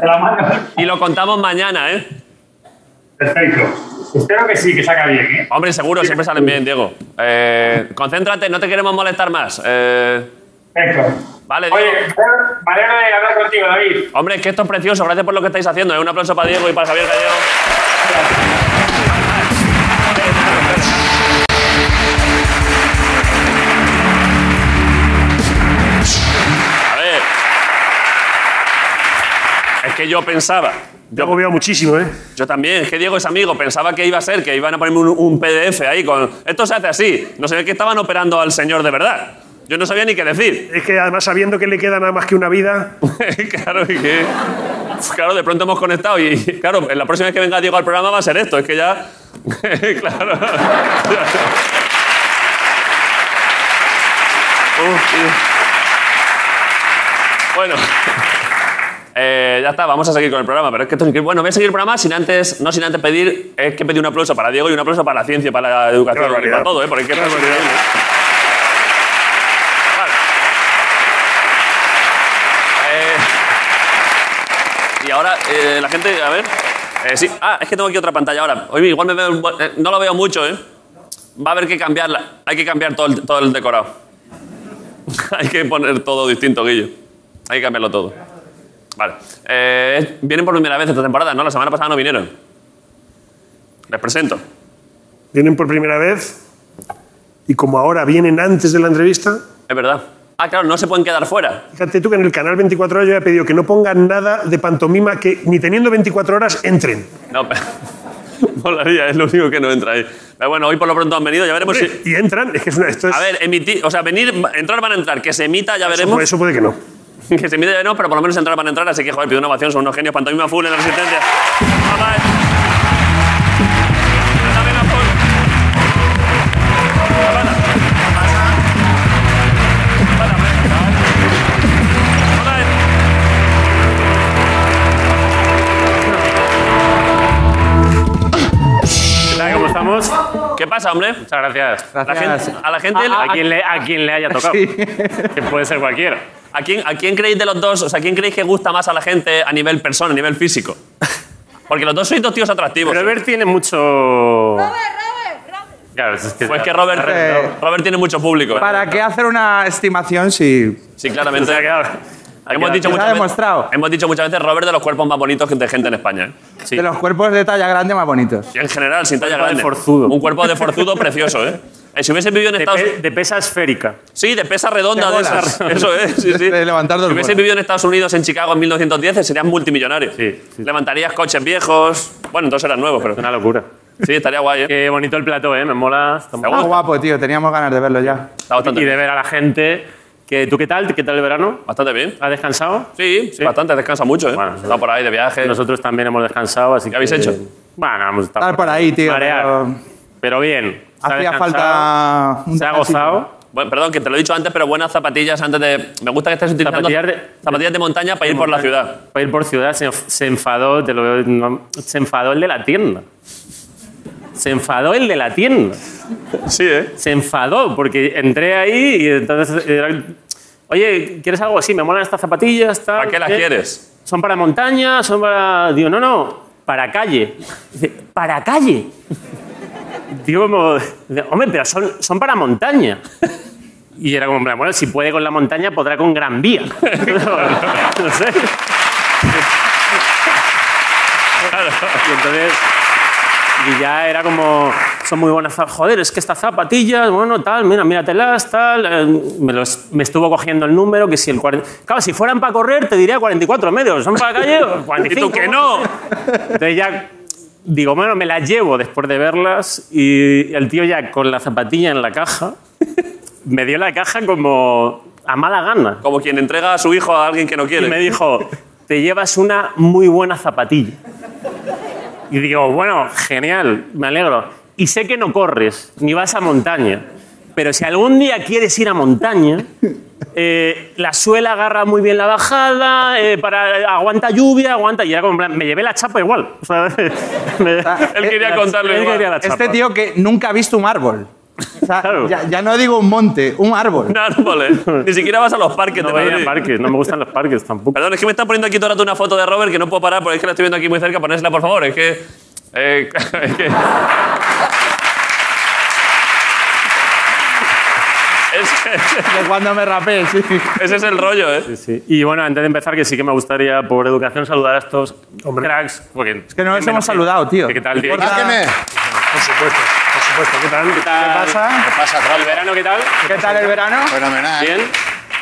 S10: Te la mando.
S1: Y lo contamos mañana, ¿eh?
S10: Perfecto. Espero que sí, que salga bien, ¿eh?
S1: Hombre, seguro, siempre salen bien, Diego. Eh, concéntrate, no te queremos molestar más. Eh,
S10: Perfecto.
S1: Vale,
S10: Oye,
S1: Diego.
S10: me alegro de hablar contigo, David.
S1: hombre, es que esto es precioso, gracias por lo que estáis haciendo. ¿eh? Un aplauso para Diego y para Javier Gallego. A ver. Es que yo pensaba,
S3: Yo he agobiado muchísimo, ¿eh?
S1: Yo también, es que Diego es amigo, pensaba que iba a ser, que iban a ponerme un, un PDF ahí con... Esto se hace así, no sabía que estaban operando al señor de verdad. Yo no sabía ni qué decir.
S3: Es que además sabiendo que le queda nada más que una vida,
S1: claro, y que... Claro, de pronto hemos conectado y claro, la próxima vez que venga Diego al programa va a ser esto, es que ya... claro. Uf, tío. Bueno. Eh, ya está, vamos a seguir con el programa, pero es que esto es increíble. Bueno, voy a seguir el programa sin antes, no sin antes pedir, es que pedí un aplauso para Diego y un aplauso para la ciencia, para la educación,
S3: Qué
S1: y
S3: barbaridad.
S1: para todo, ¿eh? Porque es que esto es increíble. Vale. Eh, y ahora, eh, la gente, a ver. Eh, sí. Ah, es que tengo aquí otra pantalla ahora. Oye, igual me veo, un bo- eh, no lo veo mucho, ¿eh? Va a haber que cambiarla. Hay que cambiar todo el, todo el decorado. Hay que poner todo distinto, Guillo. Hay que cambiarlo todo. Vale. Eh, vienen por primera vez esta temporada, ¿no? La semana pasada no vinieron. Les presento.
S3: vienen por primera vez y como ahora vienen antes de la entrevista,
S1: Es verdad. Ah, claro, no se pueden quedar fuera.
S3: fíjate tú que en el canal 24 horas yo he pedido que no pongan nada de pantomima que ni teniendo 24 horas entren.
S1: No, pero- molaría, es lo único que no entra ahí. Pero bueno, hoy por lo pronto han venido, ya veremos si...
S3: Y entran, es que es una, esto es...
S1: A ver, emitir, o sea, venir, entrar van a entrar, que se emita ya
S3: eso, puede,
S1: veremos.
S3: eso puede que no.
S1: Que se emita ya veremos, pero por lo menos entrar van a entrar, así que joder, pido una ovación, son unos genios, pantomima full en la resistencia. Mamá, eh. Pantomima full. Habana. Habana. Habana, eh. Habana, eh. ¿Qué tal? ¿Cómo estamos? ¿Qué pasa, hombre? Muchas gracias.
S11: Gracias.
S1: a la gente...
S11: A- a-
S1: quien le, a quien le haya tocado. Que puede ser cualquiera. ¿A quién, ¿A quién creéis de los dos? O sea, ¿quién creéis que gusta más a la gente a nivel persona, a nivel físico? Porque los dos sois dos tíos atractivos. Robert tiene mucho...
S11: Claro, es que,
S1: Pues que Robert,
S11: Eh.
S1: Robert tiene mucho público. ¿eh?
S11: ¿Para qué hacer una estimación si
S1: Sí, claramente. hemos,
S11: quedado.
S1: dicho
S11: Se ha
S1: muchas veces-
S11: demostrado.
S1: hemos dicho muchas veces Robert de los cuerpos más bonitos de gente en España. ¿eh? Sí.
S11: de los cuerpos de talla grande más bonitos?
S1: Y en general, sin talla
S11: Cuerpo de
S1: grande.
S11: forzudo.
S1: Un cuerpo de forzudo precioso, ¿eh? Eh, Si hubiese vivido en Estados Unidos. De pesa esférica. Sí, de pesa redonda de
S11: De bolas.
S1: esas. Eso es, sí, sí.
S11: De levantar dos
S1: Si hubiese
S11: bolas.
S1: vivido en Estados Unidos, en Chicago, en 1910, serías multimillonario. Levantarías coches viejos. Bueno, entonces eran nuevos, pero. Una locura. Sí, estaría guay, ¿eh? Qué bonito el plato, ¿eh? Me mola.
S11: Está guapo, tío. Teníamos ganas de verlo ya.
S1: Y de ver a la gente. Que, ¿Tú qué tal? ¿Qué tal el verano? Bastante bien. ¿Has descansado? Sí, bastante. Descansa mucho, ¿eh? Está por ahí de viaje. Nosotros también hemos descansado, así ¿Qué habéis hecho?
S12: Bueno, vamos a estar
S11: Estar por ahí, tío.
S12: Marear.
S11: pero
S12: Pero bien. se ha
S11: Hacía
S12: descansado,
S11: falta un
S12: Se ha
S11: taxi.
S12: gozado.
S1: Bueno, perdón, que te lo he dicho antes, pero buenas zapatillas antes de... Me gusta que estés utilizando zapatillas de, montaña para ir por la ciudad.
S12: Para ir por ciudad se, se enfadó, te lo veo, no, se enfadó el de la tienda. Se enfadó el de la tienda.
S1: Sí, ¿eh?
S12: Se enfadó porque entré ahí y entonces era- oye, ¿quieres algo así? Me molan estas zapatillas, tal,
S1: ¿Para qué las
S12: ¿eh?
S1: quieres?
S12: Son para montaña, son para digo, no, no, para calle. Dice, para calle. Digo, como, dice, hombre, pero son, son para montaña. Y era como, en plan, bueno, si puede con la montaña, podrá con Gran Vía. no sé. Y entonces, y ya era como, son muy buenas, zap- joder, es que estas zapatillas, bueno, tal, mira, míratelas, tal. eh, me, los- me estuvo cogiendo el número, que si el 40... Claro, si fueran para correr, te diría 44 medios, son para la calle, 45.
S1: ¿Y tú que no?
S12: Entonces ya digo, bueno, me las llevo después de verlas y el tío ya con la zapatilla en la caja, me dio la caja como a mala gana.
S1: Como quien entrega a su hijo a alguien que no quiere.
S12: Y me dijo, te llevas una muy buena zapatilla. Y digo, bueno, genial, me alegro. Y sé que no corres, ni vas a montaña. Pero si algún día quieres ir a montaña, eh, la suela agarra muy bien la bajada, eh, para, aguanta lluvia, aguanta. Y era como, en plan, me llevé la chapa igual. O sea, me-
S11: eh,
S1: Él quería
S12: eh, la-
S1: contarlo
S12: él
S1: igual.
S12: quería la chapa.
S11: Este tío que nunca ha visto un árbol. O sea, ya, ya no digo un monte, un árbol.
S1: Un árbol, ¿eh? Ni siquiera vas a los parques
S12: No
S1: de
S12: voy a ir a
S1: Madrid.
S12: parques, no me gustan los parques tampoco.
S1: Perdón, es que me están poniendo aquí toda la rato una foto de Robert que no puedo parar porque es que la estoy viendo aquí muy cerca. Ponérsela, por favor. Es que... eh, es que...
S11: De cuando me rapé, sí.
S1: Ese es el rollo, ¿eh?
S12: Sí. Y bueno, antes de empezar, que sí que me gustaría por educación saludar a estos cracks. Porque
S11: Es que no nos hemos saludado, tío.
S12: ¿Qué tal, tío?
S4: Márqueme.
S3: Por supuesto, por supuesto. ¿Qué tal?
S4: ¿Qué pasa,
S12: ¿El
S4: Trump?
S12: verano qué tal?
S11: ¿Qué tal el verano?
S4: Fenomenal.
S12: ¿Bien?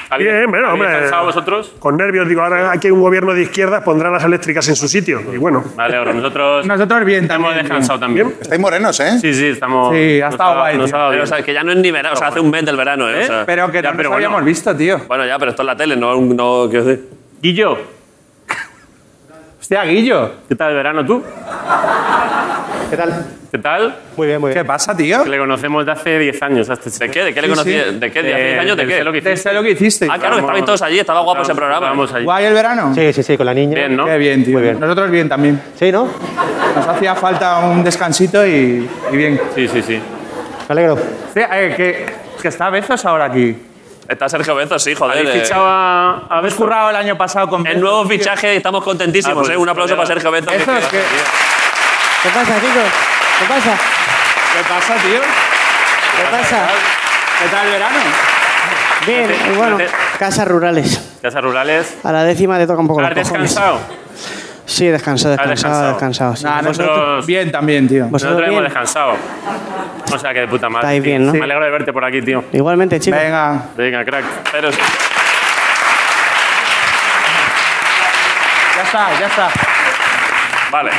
S12: ¿Habéis-
S3: Bien, bueno,
S12: ¿habéis
S3: hombre.
S12: descansado vosotros?
S3: Con nervios, digo, ahora aquí hay un gobierno de izquierdas, pondrá las eléctricas en su sitio. Y bueno,
S12: Me alegro. Nosotros
S11: Nosotros bien
S12: hemos
S11: también.
S12: descansado también.
S4: Estáis morenos, ¿eh?
S12: Sí, sí, estamos...
S11: Sí, ha
S12: nos
S11: estado guay,
S12: nos
S11: tío.
S12: ha dado
S1: Pero,
S12: bien.
S1: o sea, que ya no es ni verano. O sea, hace un mes del verano, ¿eh? O sea,
S11: Pero que
S12: Ya,
S11: no
S12: pero bueno.
S11: nos habíamos visto, tío.
S1: bueno, ya, pero esto es la tele, no... no ¿Qué os digo?
S12: Guillo,
S11: Hostia, Guillo.
S12: ¿qué tal el verano tú?
S9: ¿Qué tal?
S12: ¿Qué tal?
S9: Muy bien, muy
S11: ¿Qué pasa, tío?
S12: Que le conocemos de hace 10 años. este hasta
S1: ¿De qué? ¿De qué le
S11: Sí,
S1: conocí?
S11: sí.
S1: ¿De qué? ¿De hace 10 años? ¿De qué?
S12: Lo que
S11: Te sé lo que hiciste.
S1: Ah, claro, que estaban todos allí. Estaba guapo ese programa.
S12: Vamos allí.
S11: ¿Guay el verano?
S9: Sí, sí, sí, con la niña.
S12: Bien, ¿no?
S11: Qué bien, tío.
S9: Muy bien.
S11: Nosotros bien también.
S9: Sí, ¿no?
S11: Nos hacía falta un descansito y, y bien.
S12: Sí, sí, sí.
S9: Me alegro.
S11: Hostia, eh, que, que está Bezos ahora aquí.
S1: Está Sergio Bezos, sí, joder.
S12: ¿Habéis
S1: eh.
S12: fichado a, a
S11: Habéis
S12: Bezos?
S11: currado el año pasado con
S1: El
S11: Bezos,
S1: nuevo
S11: tío.
S1: fichaje, estamos contentísimos.
S12: Ah, pues,
S1: ¿eh? Un aplauso
S12: mira.
S1: para Sergio Bezos.
S11: Bezos, que...
S5: ¿Qué pasa, chicos? ¿Qué pasa?
S11: ¿Qué pasa, tío?
S5: ¿Qué pasa?
S11: ¿Qué tal el verano?
S5: Bien, y bueno, casas rurales.
S12: Casas rurales.
S5: A la décima te toca un poco los
S12: ¿Has
S5: cojones.
S12: descansado?
S5: Sí, descansado,
S12: Has
S5: descansado,
S12: descansado.
S5: descansado. sí.
S11: Nah,
S12: Nosotros-
S11: nosotros bien también, tío.
S5: ¿Vosotros
S12: Nosotros hemos
S5: bien?
S12: descansado. O sea, que de puta madre.
S5: Estáis
S12: tío.
S5: bien, ¿no?
S12: Me alegro de verte por aquí, tío.
S5: Igualmente, chicos.
S11: Venga.
S12: Venga, crack.
S1: Pero
S11: Ya está, ya está.
S1: Vale.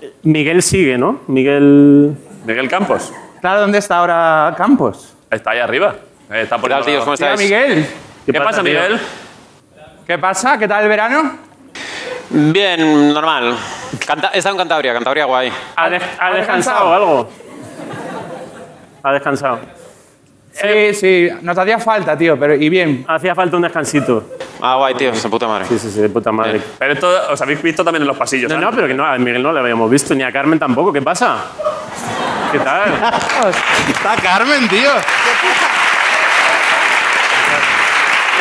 S1: Eh,
S12: Miguel sigue, ¿no? Miguel.
S1: Miguel Campos.
S11: Claro, ¿dónde está ahora Campos?
S1: Está ahí arriba. Eh, Está por ahí. ¿Qué,
S11: Mira, Miguel.
S1: pasa,
S12: tío?
S1: Miguel?
S11: ¿Qué pasa? ¿Qué tal el verano?
S13: Bien, normal. Canta- he estado en Cantabria, Cantabria guay.
S12: ¿Ha, de- ha descansado
S11: descansado?
S12: algo? Ha descansado.
S11: Sí, sí, nos hacía falta, tío, pero y bien.
S12: Hacía falta un descansito.
S13: Ah, guay, tío, de puta madre.
S12: Sí, sí, sí, de puta madre.
S1: Pero esto os habéis visto también en los pasillos.
S12: No,
S1: ¿eh?
S12: no, pero que no, a Miguel no le habíamos visto, ni a Carmen tampoco. ¿Qué pasa?
S1: ¿Qué tal?
S11: Está Carmen, tío.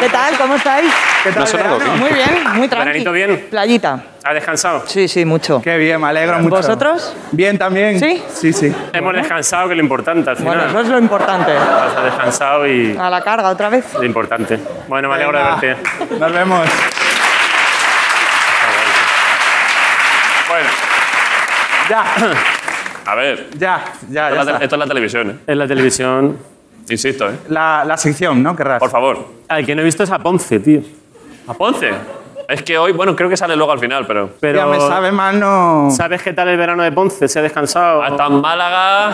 S6: ¿Qué tal? ¿Cómo estáis?
S11: ¿Qué tal, Nosotros verano? bien.
S6: Muy bien, muy tranquilo.
S11: Veranito
S1: bien.
S6: Playita.
S1: ¿Ha descansado?
S6: Sí, sí, mucho.
S11: Qué bien, me alegro mucho.
S6: ¿Vosotros?
S11: Bien también.
S6: ¿Sí?
S11: Sí, sí.
S1: Hemos descansado, que es lo importante al final.
S6: Bueno, eso es lo importante.
S1: Has descansado y
S6: A la carga otra vez.
S1: lo importante. Bueno, me alegro
S11: Venga.
S1: de verte.
S11: Nos vemos.
S1: Bueno,
S11: Ya,
S1: a ver.
S11: ya,
S1: Esto,
S11: ya. ya
S1: es la,
S11: está.
S1: te- esto es la televisión, ¿eh?
S12: En la televisión.
S1: Insisto, ¿eh?
S11: La, la sección, ¿no? Querrás.
S1: Por favor.
S12: Al que no he visto es a Ponce, tío.
S1: ¿A Ponce? Es que hoy, bueno, creo que sale luego al final, pero...
S12: Pero
S11: Ya me sabe mal, no.
S12: ¿Sabes qué tal el verano de Ponce? ¿Se ha descansado?
S1: Ha estado en Málaga,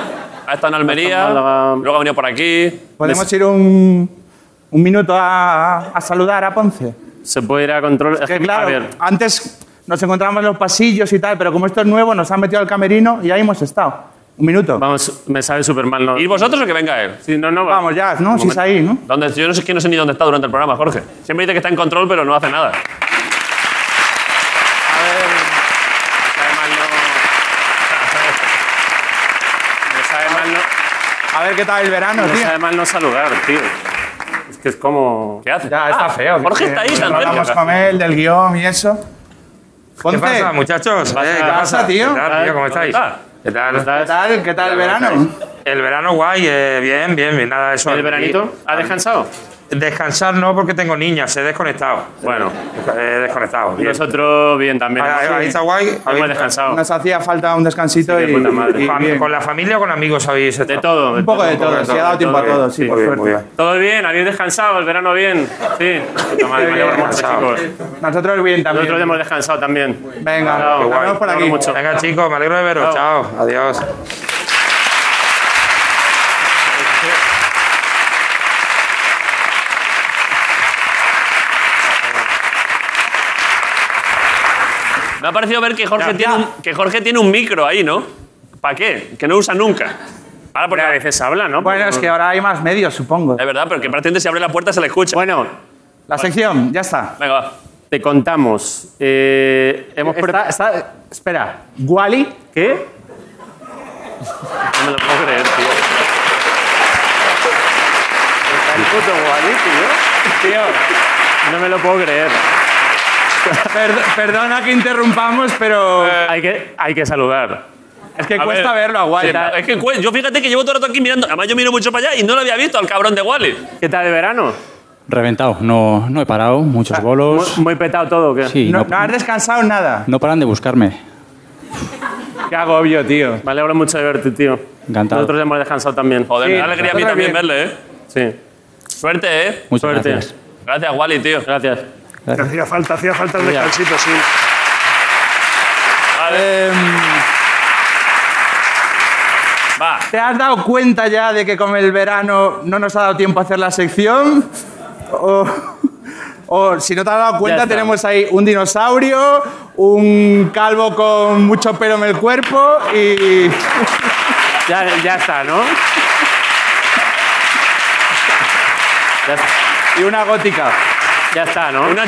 S1: ha estado en Almería,
S12: Ha estado en Málaga.
S1: luego ha venido por aquí.
S11: Podemos ir un, un minuto a, a saludar a Ponce.
S12: Se puede ir a control. Es
S11: Que
S12: que, a
S11: claro,
S12: ver,
S11: antes nos encontramos en los pasillos y tal, pero como esto es nuevo, nos han metido al camerino y ahí hemos estado. Un minuto.
S12: vamos, me sabe súper mal. No.
S1: ¿Ir vosotros o que venga él?
S12: Sí, no, no, va-
S11: Vamos ya, ¿no? Si es ahí, ¿no?
S1: ¿Dónde- yo no sé, que no sé ni dónde está durante el programa, Jorge. Siempre dice que está en control, pero no hace nada.
S12: Me sabe mal no- Me sabe mal no- Pues
S11: A ver qué tal el verano,
S12: me
S11: Ah, tío.
S12: sabe mal no saludar, tío. Es que es como.
S1: ¿Qué hace?
S11: Ya, está
S1: Ah,
S11: feo.
S1: Jorge
S11: que-
S1: está ahí,
S11: que
S1: tan
S11: no Hablamos
S1: cerca.
S11: con él del guión y eso.
S7: ¿Qué
S11: Ponce,
S7: pasa, muchachos? Eh, ¿Qué
S11: pasa, tío?
S7: ¿Qué tal, tío? ¿Cómo
S1: ¿Dónde
S7: estáis?
S1: está?
S7: ¿Qué tal?
S11: ¿Qué tal? ¿Qué tal el verano?
S7: El verano guay, eh, bien, bien, bien, nada de eso. Ah,
S12: ¿El veranito? ¿Ha descansado?
S7: Descansar no, porque tengo niñas, he desconectado.
S1: Bueno,
S7: He desconectado. bien.
S1: nosotros bien también.
S7: Ah, ahí- ahí está guay.
S1: Hemos
S7: Habéis-
S1: descansado.
S11: Nos hacía falta un descansito
S1: Sí, de
S11: y,
S1: puta madre.
S11: y
S7: Fam-
S11: bien.
S7: ¿Con la familia o con amigos habéis
S1: De
S7: estado?
S1: todo. de
S11: un poco
S1: todo.
S11: de todo. Se ha dado tiempo a todos, sí,
S7: Muy
S11: por
S7: bien, muy
S11: suerte.
S7: bien.
S1: Todo bien, habéis descansado, el verano bien. Sí, Puta madre, me alegro mucho,
S7: Descansado.
S1: chicos.
S11: Nosotros bien también.
S1: Nosotros hemos descansado también.
S11: Venga,
S1: Chao,
S11: nos
S1: guay.
S11: vemos por
S1: Nos
S11: aquí.
S1: vemos mucho.
S7: Venga, chicos, me alegro de veros. Chao. Adiós.
S1: Me ha parecido ver que Jorge,
S12: Ya,
S1: tiene
S12: ya.
S1: Un, que Jorge tiene un micro ahí, ¿no? ¿Para qué? Que no usa nunca. Ahora porque a veces habla, ¿no?
S11: Bueno, es que ahora hay más medios, supongo.
S1: Es verdad, pero que prácticamente si abre la puerta se le escucha.
S12: Bueno,
S11: La sección, ya está.
S1: Venga, va.
S12: te contamos. Eh, hemos pre-
S11: Está- está- espera, Wally,
S12: ¿Qué?
S1: No me lo puedo creer, tío.
S12: El puto Guadalí, tío. Tío, no me lo puedo creer.
S11: perdona que interrumpamos, pero
S12: Eh, Hay que, hay que saludar.
S11: es que
S1: a
S11: cuesta
S1: ver.
S11: verlo a Wally.
S1: Es que cue- yo fíjate que llevo todo el rato aquí mirando. Además, yo miro mucho para allá y no lo había visto al cabrón de Wally.
S12: ¿Qué tal de verano?
S14: Reventado, no, no he parado,
S11: Ah,
S14: muchos
S12: Muy,
S14: bolos.
S12: muy petado todo, ¿o ¿qué?
S14: Sí,
S11: No,
S14: no,
S11: no has descansado nada.
S14: no paran de buscarme.
S11: Qué agobio, tío.
S12: Me alegro mucho de verte, tío.
S14: Encantado.
S12: Nosotros hemos descansado también.
S1: Joder,
S11: Sí,
S1: me da alegría a mí
S11: nosotros
S1: también
S11: bien.
S1: verle, ¿eh?
S12: Sí.
S1: Suerte, ¿eh?
S14: Muchas
S12: Suerte.
S14: gracias.
S1: Gracias, Wally, tío.
S12: Gracias.
S3: Que Hacía falta, hacía falta el descansito, sí.
S1: Vale,
S12: Eh,
S11: Em,
S1: va.
S11: ¿Te has dado cuenta ya de que con el verano no nos ha dado tiempo a hacer la sección? O, o si no te has dado
S12: Ya
S11: cuenta,
S12: está.
S11: tenemos ahí un dinosaurio, un calvo con mucho pelo en el cuerpo y...
S12: Ya, ya está, ¿no? Ya,
S11: Y una gótica.
S12: ya está, ¿no?
S1: Una,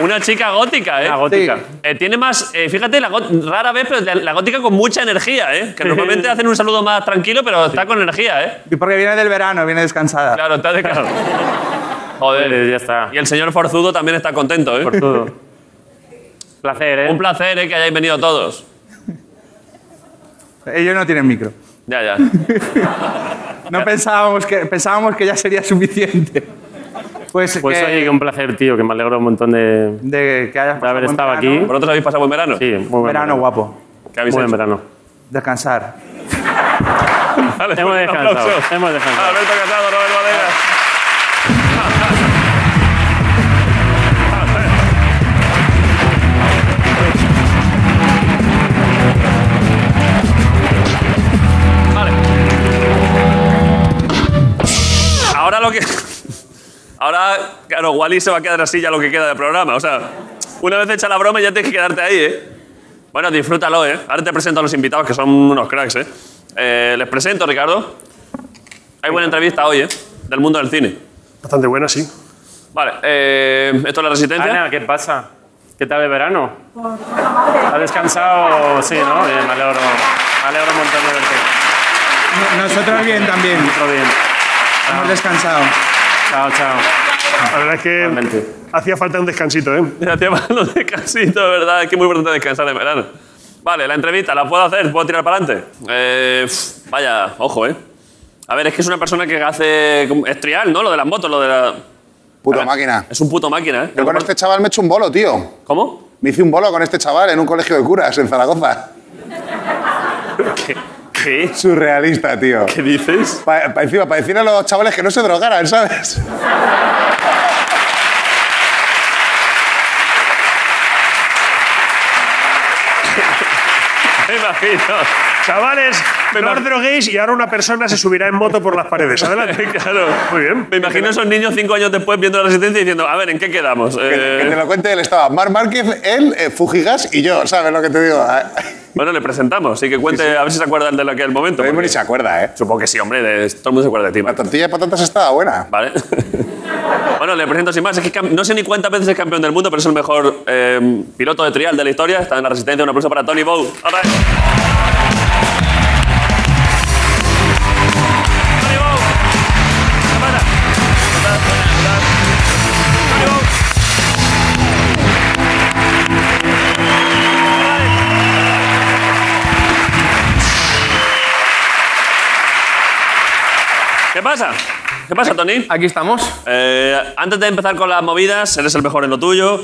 S1: una chica gótica, ¿eh?
S12: Una gótica.
S11: Sí.
S1: Eh, tiene más, eh, fíjate, la gó- rara vez, pero la, la gótica con mucha energía, ¿eh? Que
S12: Sí.
S1: normalmente hacen un saludo más tranquilo, pero está con energía, ¿eh?
S11: Y porque viene del verano, viene descansada.
S1: Claro, está de cara.
S12: Eh,
S1: Joder.
S12: Ya está.
S1: Y el señor Forzudo también está contento, ¿eh?
S12: Por todo. Placer, ¿eh?
S1: Un placer, ¿eh? Que hayáis venido todos.
S12: Eh,
S11: Ellos no tienen micro.
S1: Ya, ya.
S11: No pensábamos que, pensábamos que ya sería suficiente. Pues,
S12: Pues
S11: que,
S12: oye, que un placer, tío, que me alegro un montón de,
S11: de que hayas
S12: de
S11: pasado
S12: haber
S11: buen
S12: estado
S11: verano.
S12: aquí.
S1: ¿Vosotros habéis pasado buen verano?
S12: Sí, muy buen
S11: Verano guapo.
S1: ¿Qué habéis
S12: Muy buen
S1: hecho?
S12: verano.
S11: Descansar.
S1: Vale,
S12: Hemos
S1: un
S12: descansado,
S1: aplauso.
S12: hemos descansado.
S1: Alberto Casado, Robert Bodegas. Vale. Ahora lo que. Ahora, claro, Wally se va a quedar así ya lo que queda del programa. O sea, una vez hecha la broma ya tienes que quedarte ahí, ¿eh? Bueno, disfrútalo, ¿eh? Ahora te presento a los invitados, que son unos cracks, ¿eh? Eh, les presento, Ricardo. Hay buena entrevista hoy, ¿eh? Del mundo del cine.
S3: Bastante buena, sí.
S1: Vale, eh, esto es La Resistencia.
S12: Ana, ¿qué pasa? ¿Qué tal de verano? ¿Has descansado? Sí, ¿no? Bien, me alegro, me alegro un montón de verte.
S11: Nosotros bien también. Nosotros
S1: bien.
S11: Hemos descansado.
S1: Chao, chao.
S3: La verdad es que hacía falta un descansito, ¿eh?
S1: Hacía falta un descansito, de verdad. Es que es muy importante descansar en verano. Vale, la entrevista, ¿la puedo hacer? ¿Puedo tirar para adelante? Eh, pf, vaya, ojo, ¿eh? A ver, es que es una persona que hace... Es trial, ¿no? Lo de las motos, lo de la...
S4: Puto
S1: A ver,
S4: máquina.
S1: Es un puto máquina, ¿eh?
S4: Yo con este chaval me he hecho un bolo, tío.
S1: ¿Cómo?
S4: Me hice un bolo con este chaval en un colegio de curas en Zaragoza.
S1: ¿Qué? ¿Qué?
S4: Surrealista, tío.
S1: ¿Qué dices?
S4: Pa- pa- encima, para decirle a los chavales que no se drogaran, ¿sabes?
S1: Me imagino.
S3: Chavales, no os droguéis y ahora una persona se subirá en moto por las paredes. Adelante.
S1: claro.
S3: Muy bien.
S1: Me imagino esos niños cinco años después viendo la resistencia y diciendo, a ver, ¿en qué quedamos?
S4: Que,
S1: Eh,
S4: que te lo cuente él estaba. Mar Márquez, él, eh, Fujigas y yo, ¿sabes lo que te digo?
S1: Bueno, le presentamos y que cuente, a ver si se acuerda el de aquel momento. Lo
S4: ni se acuerda, ¿eh?
S1: Supongo que sí, hombre, de- todo el mundo se acuerda de ti.
S4: La tortilla de patatas estaba buena.
S1: Vale. bueno, le presento sin más. Es que cam- no sé ni cuántas veces es campeón del mundo, pero es el mejor eh, piloto de trial de la historia. Está en la resistencia. Un aplauso para Tony Bow. Hola. Tony Bou. ¿Qué pasa? ¿Qué tal? ¿Qué pasa? ¿Qué pasa, Tony? Eh,
S11: Aquí estamos.
S1: antes de empezar con las movidas, eres el mejor en lo tuyo.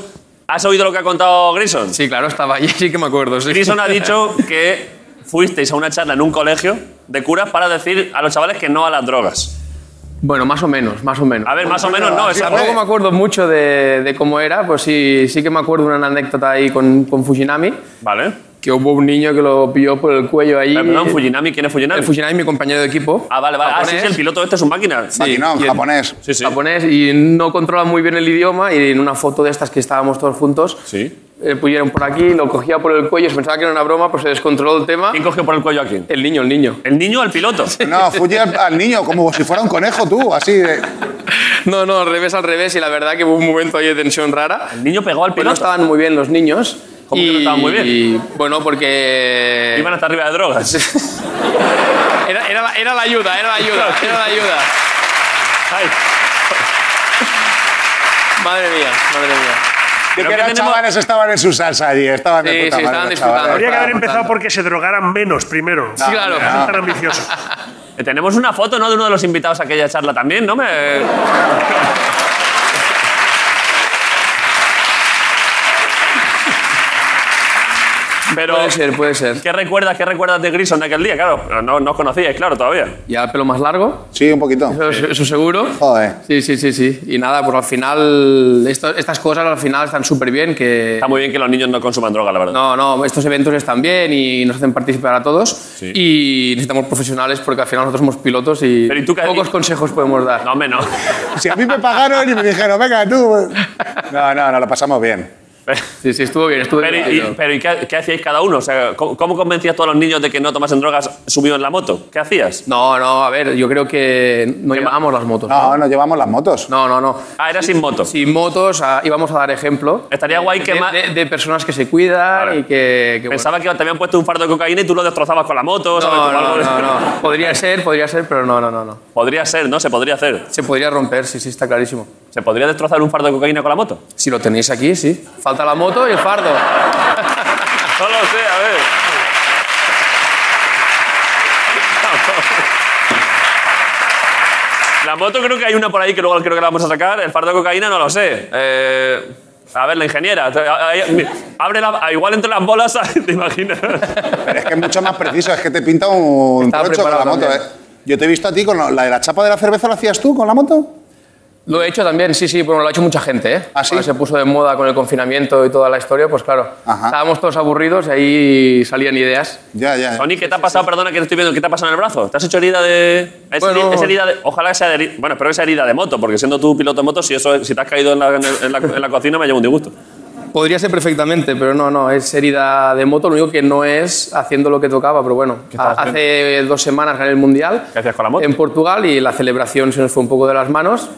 S1: ¿Has oído lo que ha contado Grison?
S15: Sí, claro, estaba allí, sí que me acuerdo. Sí.
S1: Grison ha dicho que fuisteis a una charla en un colegio de curas para decir a los chavales que no a las drogas.
S15: Bueno, más o menos, más o menos.
S1: A ver, más o menos no, eso
S15: Tampoco
S1: fue-
S15: me acuerdo mucho de, de cómo era, pues sí, sí que me acuerdo una anécdota ahí con, con Fujinami.
S1: Vale.
S15: Que hubo un niño que lo pilló por el cuello ahí.
S1: Eh, perdón, Fujinami, ¿quién es Fujinami?
S15: El Fujinami, mi compañero de equipo.
S1: Ah, vale, vale. Ah, sí,
S15: Japonés.
S1: sí, el piloto este es un máquina.
S15: y el-
S4: japonés.
S1: Sí, sí.
S15: Japonés y no controla muy bien el idioma y en una foto de estas que estábamos todos juntos,
S1: Sí.
S15: eh, pusieron por aquí, lo cogía por el cuello, se pensaba que era una broma, pues se descontroló el tema.
S1: ¿Quién cogió por el cuello a quién?
S15: El niño, el niño.
S1: ¿El niño al piloto?
S4: No, Fuji al, al niño, como si fuera un conejo tú, así de...
S15: No, no, al revés, al revés. Y la verdad que hubo un momento ahí de tensión rara.
S1: El niño pegó al
S15: piloto. no estaban muy bien los niños. ¿Cómo
S1: que no estaban muy bien?
S15: Y bueno, porque...
S1: Iban hasta arriba de drogas.
S15: Era, era la, era la ayuda, era la ayuda, era la ayuda. Madre mía, madre mía.
S4: Yo que los chavales estaban en su salsa allí, estaban
S15: Sí,
S4: de puta
S15: sí,
S4: madre
S15: estaban
S4: los chavales.
S3: Habría que haber empezado porque se drogaran menos primero.
S15: Sí, claro.
S3: No es tan ambicioso.
S1: Tenemos una foto, ¿no? De uno de los invitados a aquella charla también, ¿no? Me... Pero,
S15: Puede ser, puede ser.
S1: ¿qué recuerdas, ¿qué recuerdas de Grison de aquel día? Claro, no, no os conocíais, claro, todavía.
S15: Ya pelo más largo.
S4: Sí, un poquito.
S15: Eso, eso seguro.
S4: Joder.
S15: Sí, sí, sí, sí. Y nada, pues al final, esto- estas cosas al final están súper bien. Que...
S1: Está muy bien que los niños no consuman droga, la verdad.
S15: No, no, estos eventos están bien y nos hacen participar a todos. Y necesitamos profesionales porque al final nosotros somos pilotos y, pocos consejos podemos dar.
S1: No, hombre, no.
S4: Si a mí me pagaron y me dijeron, venga tú... No, no, no, lo pasamos bien.
S15: Sí, sí, estuvo bien, estuvo
S1: Pero, ¿y,
S15: divertido.
S1: pero ¿y qué, qué hacíais cada uno? O sea, ¿cómo, cómo convencías tú a los niños de que no tomasen drogas subido en la moto? ¿Qué hacías?
S15: No, no, a ver, yo creo que no llevábamos las motos.
S4: No, no llevamos las motos.
S15: No, no, no.
S1: Ah, era sin moto.
S15: Sin motos, ah, íbamos a dar ejemplo.
S1: Estaría guay que
S15: Eh, de,
S1: más-
S15: de- de personas que se cuidan y que. que, bueno.
S1: Pensaba que te habían puesto un fardo de cocaína y tú lo destrozabas con la moto. ¿sabes?
S15: No,
S1: Como
S15: no,
S1: algo de-
S15: no, no. Podría ser, podría ser, pero no, no, no, no.
S1: Podría ser, ¿no? Se podría hacer.
S15: Se podría romper, sí, sí, está clarísimo.
S1: ¿Se podría destrozar un fardo de cocaína con la moto?
S15: Si lo tenéis aquí, sí. Falta la moto y el fardo.
S1: No lo sé, a ver. La moto creo que hay una por ahí que luego creo que la vamos a sacar. El fardo de cocaína no lo sé. Eh, a ver, la ingeniera. a- a- mi- Abre la, a- igual entre las bolas, ¿te imaginas?
S4: Pero es que es mucho más preciso, es que te pinta un
S15: Estaba
S4: trocho con la
S15: preparado
S4: moto.
S15: también.
S4: eh. Yo te he visto a ti con lo- la de la chapa de la cerveza, ¿la hacías tú con la moto?
S15: Lo he hecho también, sí, sí, bueno, lo ha hecho mucha gente,
S4: ¿Ah,
S15: ¿eh? Ahora se puso de moda con el confinamiento y toda la historia, pues claro, estábamos todos aburridos y ahí salían ideas.
S4: Ya, ya.
S1: Tony, ¿qué te ha pasado? Perdona que te estoy viendo. ¿Qué te ha pasado en el brazo? ¿Te has hecho herida de...? Es,
S15: Bueno.
S1: es herida de- Ojalá que sea de... heri- Bueno, espero que sea herida de moto, porque siendo tú piloto de moto, si, eso, si te has caído en la, en el- en la- en la cocina me llevo un disgusto.
S15: Podría ser perfectamente, pero no, no, es herida de moto, lo único que no es haciendo lo que tocaba, pero bueno,
S1: estabas
S15: ha- hace dos semanas gané el Mundial
S1: ¿Qué hacías con la moto?
S15: en Portugal y la celebración se nos fue un poco de las manos.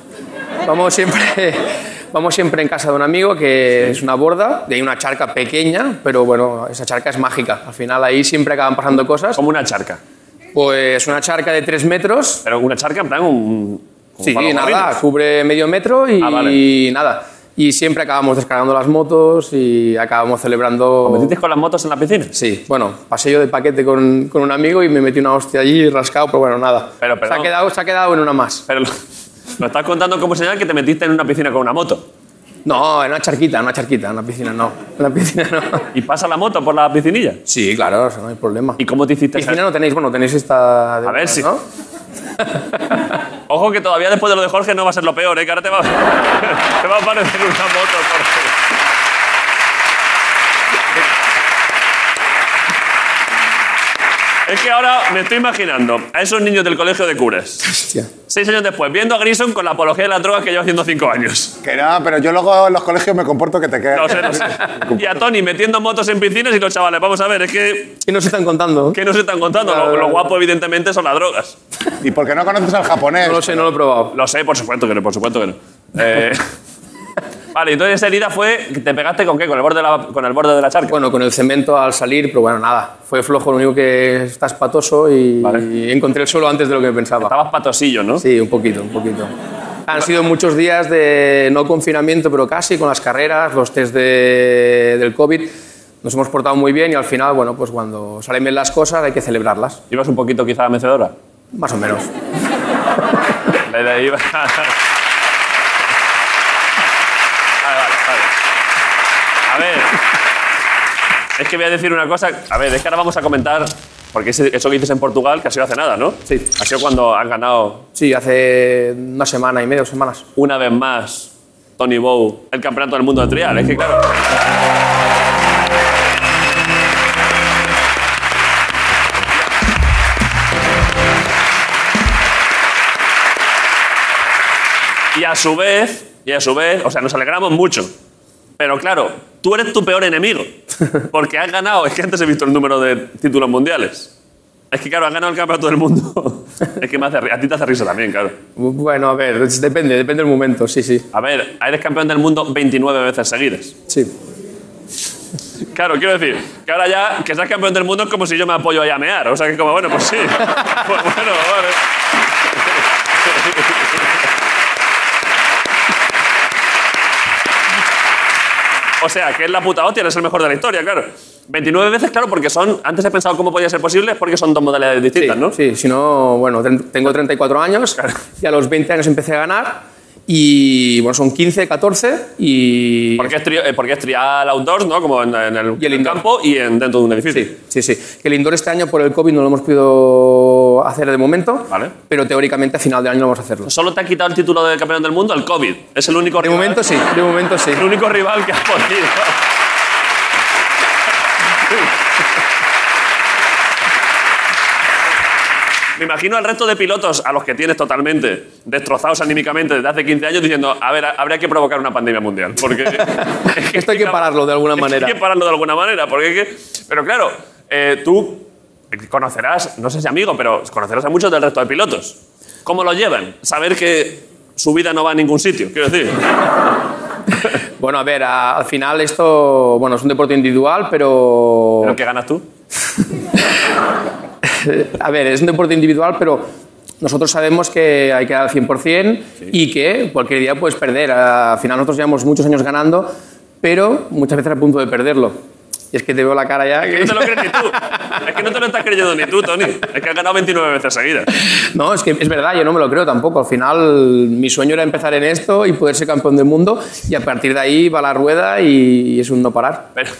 S15: Vamos siempre, vamos siempre en casa de un amigo que es una borda, y hay una charca pequeña, pero bueno, esa charca es mágica, al final ahí siempre acaban pasando cosas.
S1: Como una charca.
S15: Pues una charca de 3 metros.
S1: Pero una charca, en plan, un.
S15: Sí,
S1: palo
S15: nada,
S1: gorrino.
S15: cubre medio metro y
S1: Ah,
S15: nada. Y siempre acabamos descargando las motos y acabamos celebrando. ¿Competisteis
S1: con las motos en la piscina?
S15: Sí, bueno, pasé yo de paquete con, con un amigo y me metí una hostia allí rascado, pero bueno, nada.
S1: Pero,
S15: se, ha
S1: perdón.
S15: quedado, se ha quedado en una más.
S1: Pero lo, lo estás contando como señal que te metiste en una piscina con una moto.
S15: No, en una charquita, en una charquita, en una piscina no. En la piscina no.
S1: ¿Y pasa la moto por la piscinilla?
S15: Sí, claro, o sea, no hay problema.
S1: ¿Y cómo te hiciste
S15: Piscina no tenéis, bueno, tenéis esta.
S1: A ver si.
S15: ¿no?
S1: Ojo que todavía después de lo de Jorge no va a ser lo peor, ¿eh? Que ahora te va, te va a aparecer una moto, Jorge. Es que ahora me estoy imaginando a esos niños del colegio de curas. Seis años después, viendo a Grison con la apología de las drogas que lleva haciendo cinco años.
S4: Que nada, pero yo luego en los colegios me comporto que te quedas.
S1: No sé, no sé. Y a Tony metiendo motos en piscinas y los chavales, vamos a ver, es que...
S15: ¿Qué nos están contando?
S1: ¿Qué nos están contando? Lo, lo guapo, evidentemente, son las drogas.
S4: ¿Y por qué no conoces al japonés?
S1: No lo sé, no lo he probado. Lo sé, por supuesto que no, por supuesto que no. Eh, vale, entonces esa herida fue... ¿Te pegaste con qué? ¿Con el borde de la, con el borde de la charca?
S15: Bueno, con el cemento al salir, pero bueno, nada. Fue flojo, lo único que está espatoso y, y encontré el suelo antes de lo que pensaba.
S1: Estabas patosillo, ¿no?
S15: Sí, un poquito, un poquito. Han sido muchos días de no confinamiento, pero casi, con las carreras, los test de- del COVID. Nos hemos portado muy bien y al final, bueno, pues cuando salen bien las cosas hay que celebrarlas.
S1: ¿Ibas un poquito quizá mecedora?
S15: Más o menos.
S1: La idea iba- Vale, vale, vale. A ver. Es que voy a decir una cosa. A ver, es que ahora vamos a comentar. Porque ese- eso que dices en Portugal, que ha sido hace nada, ¿no? Sí. Ha sido cuando han ganado.
S15: Sí, hace una semana y media, dos semanas.
S1: Una vez más, Tony Bow, el campeonato del mundo de trial. Es que claro. Y a su vez, y a su vez, o sea, nos alegramos mucho. Pero claro, tú eres tu peor enemigo. Porque has ganado, es que antes he visto el número de títulos mundiales. Es que claro, has ganado el campeonato del mundo. es que me hace, ri- a ti te hace risa también, claro.
S15: Bueno, a ver, es- depende, depende del momento, sí, sí.
S1: A ver, eres campeón del mundo 29 veces seguidas.
S15: Sí.
S1: Claro, quiero decir, que ahora ya que seas campeón del mundo es como si yo me apoyo ahí a mear. O sea, que es como, bueno, pues sí. Pues bueno, vale. O sea, que es la puta hostia, eres el mejor de la historia, claro. 29 veces, claro, porque son. Antes he pensado cómo podía ser posible, es porque son dos modalidades distintas, ¿no?
S15: Sí, si no, bueno, ten- tengo 34 años y a los 20 años empecé a ganar y, bueno, son 15, 14 y...
S1: Porque es, tri- eh, porque es trial outdoors, ¿no? Como en, en el, en el campo y en, dentro de un edificio.
S15: Sí, sí. Que el indoor este año por el COVID no lo hemos podido hacer de momento, pero teóricamente a final de año vamos a hacerlo.
S1: Solo te ha quitado el título de campeón del mundo el COVID. Es el único
S15: De momento sí, de momento sí.
S1: El único rival que has podido. Me imagino al resto de pilotos, a los que tienes totalmente destrozados anímicamente desde hace 15 años, diciendo, a ver, habría que provocar una pandemia mundial. Porque
S15: Esto hay que pararlo de alguna manera.
S1: hay que pararlo de alguna manera, porque es que- Pero claro, eh, tú conocerás, no sé si amigo, pero conocerás a muchos del resto de pilotos. ¿Cómo lo llevan? Saber que su vida no va a ningún sitio, quiero decir.
S15: Bueno, a ver, a- al final esto, bueno, es un deporte individual, pero...
S1: ¿Pero qué ganas tú?
S15: a ver, es un deporte individual, pero nosotros sabemos que hay que dar al 100% y que cualquier día puedes perder. Al final nosotros llevamos muchos años ganando, pero muchas veces al punto de perderlo. Y es que te veo la cara ya.
S1: Es que no te lo crees ni tú. Es que no te lo estás creyendo ni tú, Tony. Es que has ganado 29 veces seguidas.
S15: No, es que es verdad, yo no me lo creo tampoco. Al final, mi sueño era empezar en esto y poder ser campeón del mundo, y a partir de ahí va la rueda y es un no parar.
S1: Pero-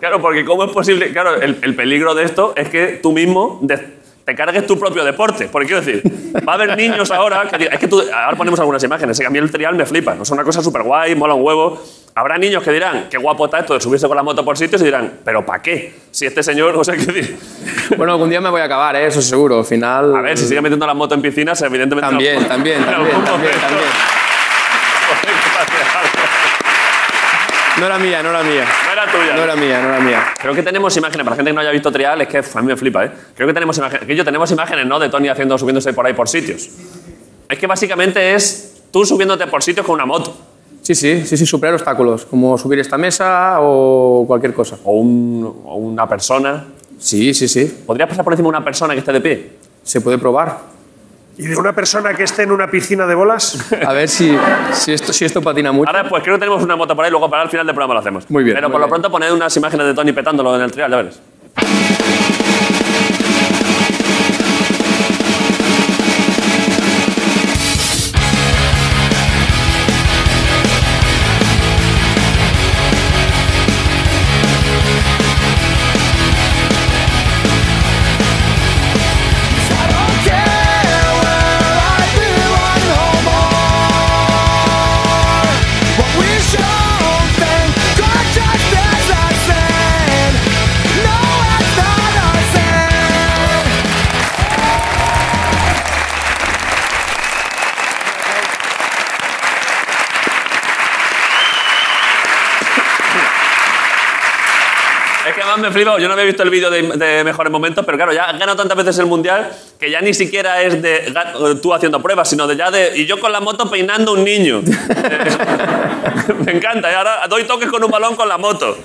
S1: Claro, porque ¿cómo es posible? Claro, el, el peligro de esto es que tú mismo de- te cargues tu propio deporte. Porque quiero decir, va a haber niños ahora que digan- es que tú, ahora ponemos algunas imágenes, es que a mí el trial me flipa, no es una cosa súper guay, mola un huevo. Habrá niños que dirán, qué guapo está esto de subirse con la moto por sitios y dirán, pero ¿para qué? Si este señor, o sea, quiero decir,
S15: Bueno, algún día me voy a acabar, ¿eh? eso seguro. Al final.
S1: a ver, si sigue metiendo la moto en piscinas, evidentemente...
S15: También, también, también, también, también. No era mía, no era mía.
S1: No era tuya.
S15: No era mía, no era mía.
S1: Creo que tenemos imágenes, para la gente que no haya visto Trial, es que uf, a mí me flipa, ¿eh? Creo que tenemos imágenes, que yo tenemos imágenes, ¿no? De Tony haciendo, subiéndose por ahí por sitios. Es que básicamente es tú subiéndote por sitios con una moto.
S15: Sí, sí, sí, sí, superar obstáculos, como subir esta mesa o cualquier cosa.
S1: O, una persona.
S15: Sí, sí, sí.
S1: ¿Podrías pasar por encima de una persona que esté de pie?
S15: Se puede probar.
S3: ¿Y de una persona que esté en una piscina de bolas?
S15: A ver si, si, esto, si esto patina mucho.
S1: Ahora, pues creo que tenemos una moto por ahí, luego para el final del programa lo hacemos.
S15: Muy bien,
S1: Pero
S15: muy
S1: por lo
S15: bien.
S1: pronto poned unas imágenes de Tony petándolo en el trial, ya verás. Es que además me flipa, yo no había visto el vídeo de, de mejores momentos, pero claro, ya has ganado tantas veces el mundial que ya ni siquiera es de ga- eh, tú haciendo pruebas, sino de ya de. Y yo con la moto peinando un niño. Eh, me encanta, y ahora doy toques con un balón con la moto.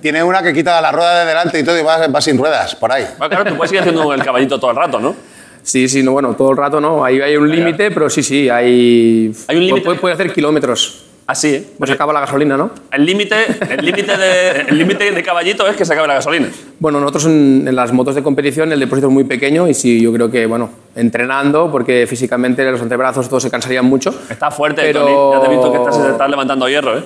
S4: Tiene una que quita la rueda de delante y todo y va, va sin ruedas, por ahí.
S1: Bueno, claro, tú puedes ir haciendo el caballito todo el rato, ¿no?
S15: Sí, sí, no, bueno, todo el rato no. Ahí hay un límite, pero sí, sí, hay. Hay un límite. Puede, puede hacer kilómetros.
S1: Así, ¿eh?
S15: Pues acaba la gasolina, ¿no?
S1: El límite el límite de, el límite de caballito es que se acabe la gasolina.
S15: Bueno, nosotros en, en las motos de competición el depósito es muy pequeño y sí, yo creo que, bueno, entrenando, porque físicamente los antebrazos todos se cansarían mucho.
S1: Está fuerte,
S15: Pero-
S1: Tony. Ya te he visto que estás, estás levantando hierro, ¿eh?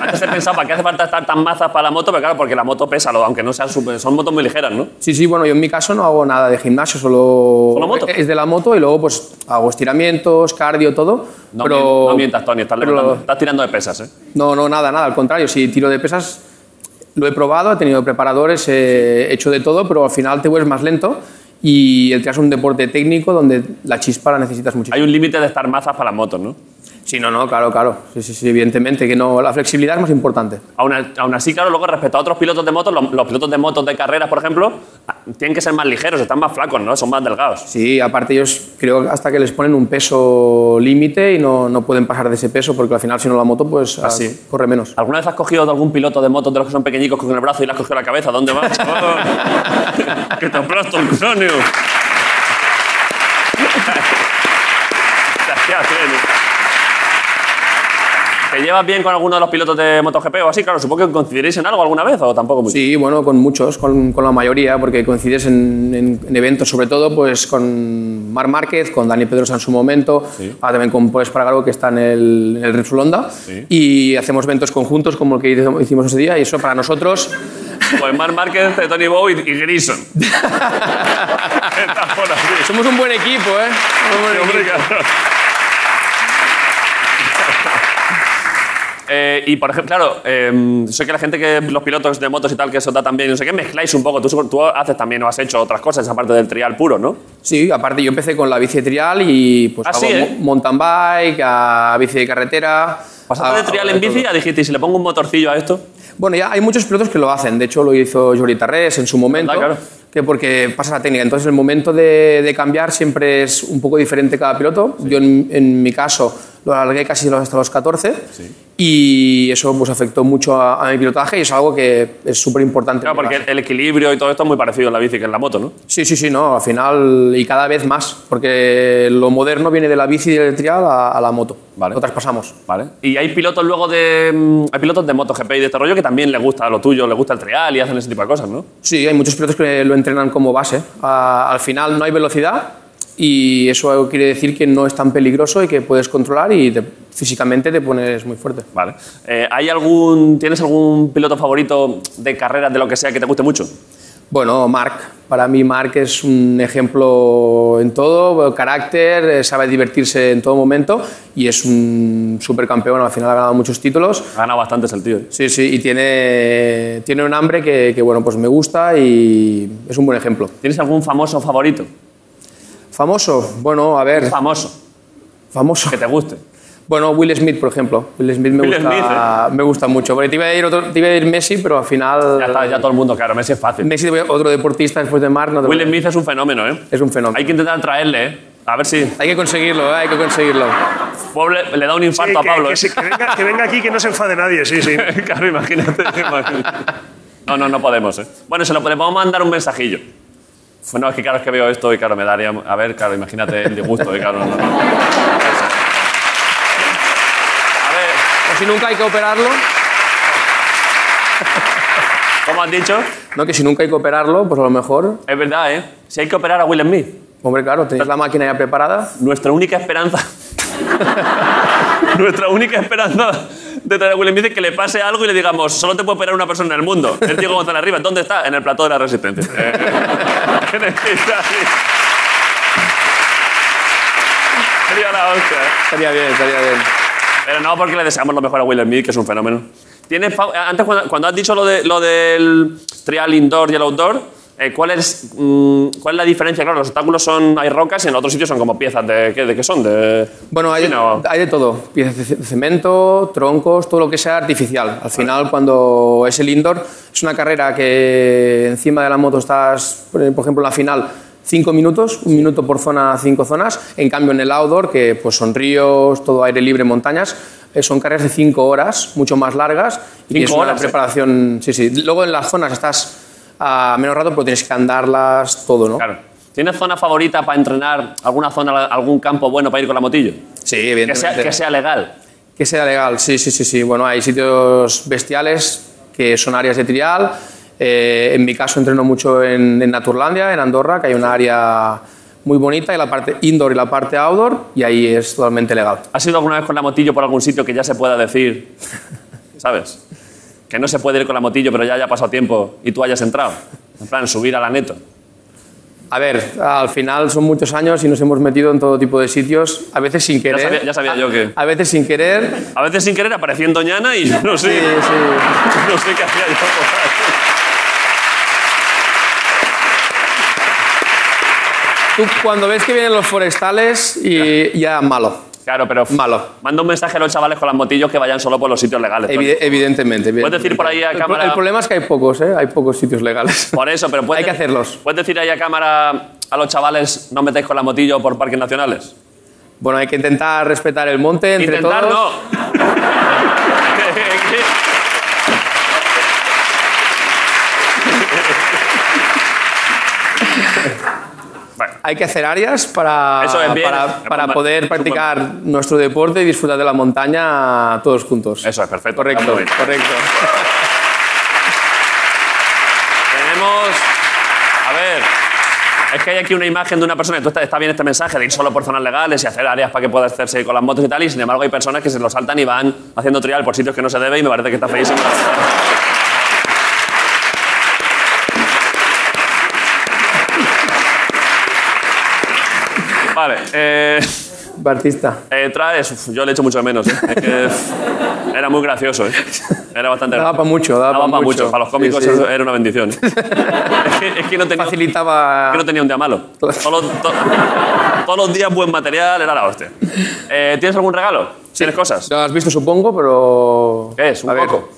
S1: Antes he pensado, ¿para qué hace falta estar tan mazas para la moto? Pero claro, porque la moto pesa, lo- aunque no sea super, son motos muy ligeras, ¿no?
S15: Sí, sí, bueno, yo en mi caso no hago nada de gimnasio, solo.
S1: ¿Solo moto?
S15: Es de la moto y luego pues hago estiramientos, cardio, todo.
S1: No,
S15: pero...
S1: mien- no mientas, Tony, estás,
S15: pero-
S1: levantando- estás tirando de pesas, ¿eh?
S15: No, no, nada, nada, al contrario, si tiro de pesas lo he probado, he tenido preparadores, he hecho de todo, pero al final te vuelves más lento y el trial es un deporte técnico donde la chispa la necesitas muchísimo.
S1: Hay un límite de estar mazas para las motos, ¿no?
S15: Sí, no, no, claro, claro, sí, sí, sí, evidentemente, que no, la flexibilidad es más importante.
S1: Aún, a- aún así, claro, luego respecto a otros pilotos de motos, los, los pilotos de motos de carreras, por ejemplo, a- tienen que ser más ligeros, están más flacos, ¿no? Son más delgados.
S15: Sí, aparte ellos creo que hasta que les ponen un peso límite y no, no pueden pasar de ese peso porque al final si no la moto pues ah,
S1: Así.
S15: corre menos.
S1: ¿Alguna vez has cogido de algún piloto de motos de los que son pequeñicos con el brazo y le has cogido la cabeza? ¿Dónde vas? chaval? ¡Que te aplasto el cráneo! Te hacías bien, ¿eh? ¿Te llevas bien con alguno de los pilotos de MotoGP o así? Claro, supongo que coincidiréis en algo alguna vez o tampoco mucho.
S15: Sí, bueno, con muchos, con, con la mayoría, porque coincides en, en- en eventos, sobre todo pues con Mar Márquez, con Dani Pedrosa en su momento, ahora también con Paul Espargaró, que está en el, en el Red Bull Honda, y hacemos eventos conjuntos como el que hizo- hicimos ese día, y eso para nosotros,
S1: Pues Marc Márquez, eh, Tony Bow y, y Grison. Está por aquí.
S15: somos un buen equipo, ¿eh? Somos un buen
S1: Sí,
S15: equipo.
S1: hombre, claro. Eh, y por ejemplo, claro, eh, sé que la gente que los pilotos de motos y tal que eso da también, no sé qué, mezcláis un poco. Tú, su- tú haces también o has hecho otras cosas aparte del trial puro, ¿no?
S15: Sí, aparte yo empecé con la bici de trial y pues
S1: Ah,
S15: hago
S1: sí,
S15: mo-
S1: ¿eh?
S15: mountain bike, a bici de carretera.
S1: Pasaste
S15: a-
S1: de trial
S15: a-
S1: en bici y ya dijiste, ¿y si le pongo un motorcillo a esto?
S15: Bueno, ya hay muchos pilotos que lo hacen. De hecho, lo hizo Jordi Tarrés en su momento.
S1: ¿Verdad? Claro.
S15: Que porque pasa la técnica. Entonces, el momento de, de cambiar siempre es un poco diferente cada piloto. Yo, en, en mi caso, lo alargué casi los- hasta los 14. Y eso pues, afectó mucho a, a mi pilotaje y es algo que es súper importante.
S1: Claro, porque el equilibrio y todo esto es muy parecido en la bici que en la moto, ¿no?
S15: Sí, sí, sí, no. Al final, y cada vez más. Porque lo moderno viene de la bici y del trial a, a la moto.
S1: Vale.
S15: Lo traspasamos.
S1: Vale. Y hay pilotos luego de. mm, Hay pilotos de MotoGP y de este rollo que también les gusta lo tuyo, les gusta el trial y hacen ese tipo de cosas, ¿no?
S15: Sí, hay muchos pilotos que lo entrenan como base. Ah, al final no hay velocidad y eso quiere decir que no es tan peligroso y que puedes controlar y te- físicamente te pones muy fuerte.
S1: Vale. Eh, ¿Hay algún. ¿Tienes algún piloto favorito de carreras, de lo que sea, que te guste mucho?
S15: Bueno, Marc, para mí Marc es un ejemplo en todo, bueno, carácter, eh, sabe divertirse en todo momento y es un supercampeón, al final ha ganado muchos títulos.
S1: Ha ganado bastantes el tío. eh.
S15: Sí, sí, y tiene, tiene un hambre que, que, bueno, pues me gusta y es un buen ejemplo.
S1: ¿Tienes algún famoso favorito?
S15: Famoso, bueno, a ver.
S1: Famoso.
S15: Famoso.
S1: Que te guste.
S15: Bueno, Will Smith, por ejemplo. Will Smith me,
S1: Will
S15: gusta,
S1: Smith, ¿eh?
S15: me gusta mucho. Porque te iba, a ir otro- te iba a ir Messi, pero al final.
S1: Ya está, ya todo el mundo, claro, Messi es fácil.
S15: Messi, otro deportista después de Marc, no te
S1: Will Smith es un fenómeno, ¿eh?
S15: Es un fenómeno.
S1: Hay que intentar traerle, ¿eh? A ver si.
S15: Hay que conseguirlo, ¿eh? hay que conseguirlo.
S1: Pobre, le da un infarto
S3: Sí,
S1: a
S3: que-
S1: Pablo.
S3: que
S1: ¿eh?
S3: se- que venga- que venga aquí que no se enfade nadie, sí, sí.
S1: claro, imagínate. imagínate. No, no, no podemos, ¿eh? Bueno, se lo podemos mandar un mensajillo. Bueno, es que claro, es que veo esto y claro, me daría... A ver, claro, imagínate el disgusto, ¿eh? Claro, no, no.
S15: O si nunca hay que operarlo.
S1: ¿Cómo has dicho?
S15: No, que si nunca hay que operarlo, pues a lo mejor.
S1: Es verdad, ¿eh? Si hay que operar a Will Smith.
S15: Hombre, claro, tenéis la máquina ya preparada.
S1: Nuestra única esperanza. Nuestra única esperanza de traer a Will Smith es que le pase algo y le digamos, solo te puede operar una persona en el mundo. Es Diego González Rivas. ¿Dónde está? En el plató de la resistencia. Eh, en el Sería la hostia. ¿eh?
S15: Estaría bien, estaría bien.
S1: Pero no, porque le deseamos lo mejor a Will Smith, que es un fenómeno. ¿Tienes, fa- antes, cuando, cuando has dicho lo, de, lo del trial indoor y el outdoor, eh, ¿cuál, es, mm, ¿cuál es la diferencia? Claro, los obstáculos son, hay rocas y en otros sitios son como piezas de, ¿qué, de qué son? De,
S15: Bueno, hay, hay de todo. Piezas de ce- de cemento, troncos, todo lo que sea artificial. Al final, cuando es el indoor, es una carrera que encima de la moto estás, eh, por ejemplo, en la final, cinco minutos, un minuto por zona, cinco zonas. En cambio, en el outdoor, que pues son ríos, todo aire libre, montañas, eh, son carreras de cinco horas, mucho más largas. Y
S1: Cinco
S15: es una
S1: horas, ¿eh?
S15: preparación. Sí, sí. Luego en las zonas estás a menos rato, pero tienes que andarlas todo, ¿no?
S1: Claro. ¿Tienes zona favorita para entrenar? ¿Alguna zona, algún campo bueno para ir con la motillo?
S15: Sí, evidentemente.
S1: Que sea, que sea legal.
S15: Que sea legal, sí, sí, sí, sí. Bueno, hay sitios bestiales que son áreas de trial. Eh, en mi caso entreno mucho en, en Naturlandia, en Andorra, que hay una área muy bonita, y la parte indoor y la parte outdoor, y ahí es totalmente legal.
S1: ¿Has ido alguna vez con la motillo por algún sitio que ya se pueda decir? ¿Sabes? Que no se puede ir con la motillo, pero ya haya pasado tiempo y tú hayas entrado. En plan, subir a la neto.
S15: A ver, al final son muchos años y nos hemos metido en todo tipo de sitios, a veces sin
S1: Ya
S15: querer.
S1: sabía, ya sabía yo que.
S15: A veces sin querer.
S1: A veces sin querer aparecía en Doñana y yo no sé.
S15: Sí, sí.
S1: No sé qué hacía yo.
S15: Tú cuando ves que vienen los forestales y ya malo.
S1: Claro, pero.
S15: Malo.
S1: Manda un mensaje a los chavales con las motillos que vayan solo por los sitios legales.
S15: Evi- evidentemente.
S1: Puedes decir por ahí a
S15: El pro-
S1: cámara.
S15: El problema es que hay pocos, ¿eh? Hay pocos sitios legales.
S1: Por eso, pero puedes,
S15: Hay que hacerlos.
S1: ¿Puedes decir ahí a cámara a los chavales no metáis con la motillo por parques nacionales?
S15: Bueno, hay que intentar respetar el monte entre
S1: Intentar
S15: todos.
S1: no.
S15: Hay que hacer áreas para,
S1: Eso es bien.
S15: para, para
S1: Es un-
S15: poder
S1: es un buen-
S15: practicar nuestro deporte y disfrutar de la montaña todos juntos.
S1: Eso es perfecto. Está
S15: Correcto,
S1: muy bien.
S15: correcto.
S1: Tenemos. A ver. Es que hay aquí una imagen de una persona. Entonces está bien este mensaje de ir solo por zonas legales y hacer áreas para que pueda hacerse con las motos y tal. Y sin embargo, hay personas que se lo saltan y van haciendo trial por sitios que no se debe y me parece que está feísimo. Vale. Eh,
S15: Batista.
S1: eh, traes. uf, yo le echo mucho de menos. eh. Es que, uf, era muy gracioso. eh. Era bastante.
S15: Daba
S1: gracioso.
S15: pa' mucho, daba
S1: Daba
S15: pa'
S1: pa' mucho.
S15: mucho.
S1: Para los cómicos
S15: Sí, sí.
S1: eso era una bendición. eh. Es que, es que no tenía,
S15: Facilitaba.
S1: es que no tenía un día malo. Todos los, to- todos los días buen material, era la hostia. Eh, ¿Tienes algún regalo? ¿Tienes cosas?
S15: Lo has visto, supongo, pero.
S1: ¿Qué es? ¿Un
S15: a ver,
S1: coco?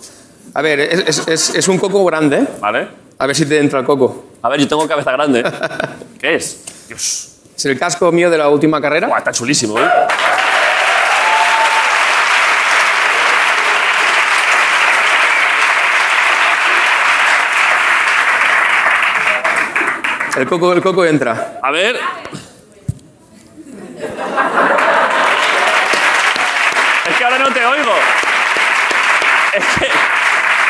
S15: A ver, es, es- es- es un coco grande. ¿eh?
S1: Vale.
S15: A ver si te entra el coco.
S1: A ver, yo tengo cabeza grande. ¿Qué es? Dios.
S15: Es el casco mío de la última carrera.
S1: Buah, está chulísimo, ¿eh?
S15: El coco, el coco entra.
S1: A ver. Es que ahora no te oigo. Es que...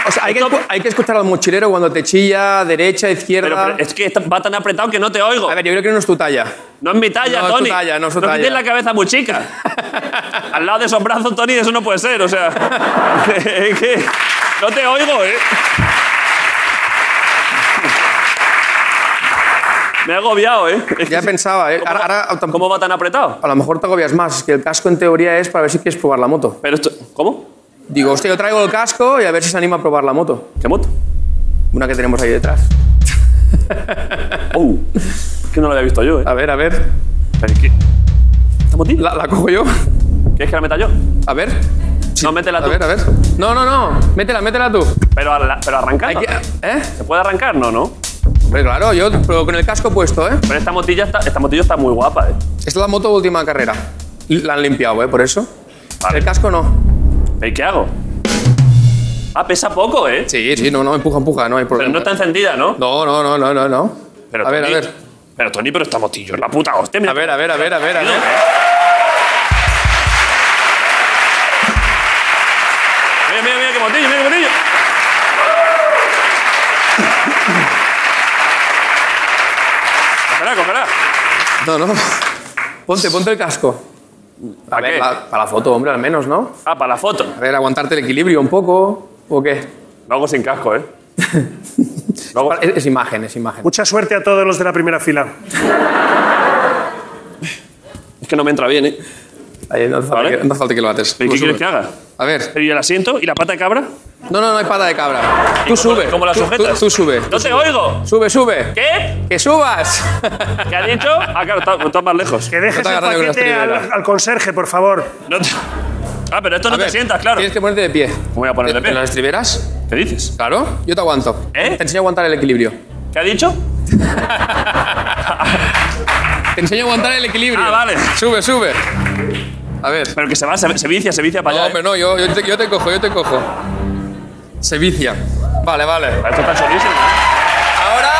S15: O sea, hay que, escu- hay que escuchar al mochilero cuando te chilla, derecha, izquierda.
S1: Pero, pero es que está- va tan apretado que no te oigo.
S15: A ver, yo creo que no es tu talla.
S1: No es mi talla,
S15: No es tu
S1: Tony.
S15: talla, no es tu
S1: Pero que
S15: talla.
S1: tienes la cabeza muy chica. Al lado de esos brazos, Tony, eso no puede ser. O sea, es que no te oigo, ¿eh? Me he agobiado, ¿eh? Es
S15: Ya
S1: que-
S15: pensaba, ¿eh? Ahora, ahora tam-
S1: ¿Cómo va tan apretado?
S15: a lo mejor te agobias más. Que el casco en teoría es para ver si quieres probar la moto.
S1: Pero esto, ¿Cómo?
S15: Digo, hostia, yo traigo el casco y a ver si se anima a probar la moto.
S1: ¿Qué moto?
S15: Una que tenemos ahí detrás.
S1: Oh, es que no lo había visto yo, ¿eh?
S15: A ver, a ver.
S1: Pero es que- ¿Esta motilla?
S15: La, la cojo yo.
S1: ¿Quieres que la meta yo?
S15: A ver.
S1: No, métela
S15: A
S1: tú.
S15: ver, a ver. No, no, no. Métela, métela tú.
S1: Pero, arranca. pero
S15: Hay
S1: arrancando.
S15: que- ¿Eh?
S1: ¿Se puede arrancar? No, no.
S15: Hombre, claro, yo pero con el casco puesto, ¿eh?
S1: Pero esta motilla está, esta motilla está muy guapa, ¿eh?
S15: Es la moto de última carrera. La han limpiado, ¿eh? Por eso.
S1: Vale.
S15: El casco no.
S1: ¿Y qué hago? Ah, pesa poco, ¿eh?
S15: Sí, sí, no, no, empuja, empuja, no hay problema.
S1: Pero no está encendida, ¿no?
S15: No, no, no, no, no, no.
S1: Pero,
S15: a ver, a
S1: Tony-
S15: ver.
S1: Pero Tony, pero estamos tillos, la puta hostia.
S15: A ver, a ver, a ver, a ver, a ver.
S1: Mira, mira, mira, qué motillo, mira, qué motillo. Cógela, cógela.
S15: No, no. Ponte, ponte el casco. ¿Para
S1: qué?
S15: para la foto, hombre, al menos, ¿no?
S1: Ah, para la foto.
S15: A ver, aguantarte el equilibrio un poco, ¿o qué?
S1: Lo hago sin casco, ¿eh?
S15: es, es imagen, es imagen.
S3: Mucha suerte a todos los de la primera fila.
S1: Es que no me entra bien, ¿eh?
S15: Ahí, no, hace falta que,
S1: ¿Vale?
S15: no hace falta que lo ates.
S1: ¿Pero
S15: Tú Pues
S1: qué
S15: sube.
S1: quieres que haga?
S15: A ver.
S1: ¿Pero y el asiento? ¿Y la pata de cabra?
S15: No, no, no hay pata de cabra. Tú
S1: cómo-
S15: sube.
S1: cómo la
S15: Tú-
S1: sujetas?
S15: Tú, tú sube.
S1: ¡No te oigo!
S15: Sube, sube.
S1: ¿Qué?
S15: ¡Que subas!
S1: ¿Qué ha dicho? Ah, claro, está- estás más lejos.
S3: Que dejes
S15: No te
S3: el
S15: agarres de una
S3: paquete al,
S15: estrellera.
S3: al conserje, por favor.
S1: No te- Ah, pero esto no
S15: A
S1: te
S15: ver,
S1: sientas, claro.
S15: Tienes que ponerte de pie.
S1: Me voy a poner de
S15: ¿En
S1: pie.
S15: las estriberas?
S1: ¿Qué dices?
S15: Claro, yo te aguanto.
S1: ¿Eh?
S15: Te enseño a aguantar el equilibrio.
S1: ¿Qué ha dicho?
S15: Te enseño a aguantar el equilibrio.
S1: Ah, vale.
S15: Sube, sube. A ver.
S1: Pero que se va, se, se vicia, se vicia para
S15: No,
S1: allá. ¿eh?
S15: hombre, no, yo, yo, te, yo te cojo, yo te cojo. Se vicia. Vale, vale.
S1: ¿eh? Esto está chulísimo. ¿eh?
S15: Ahora.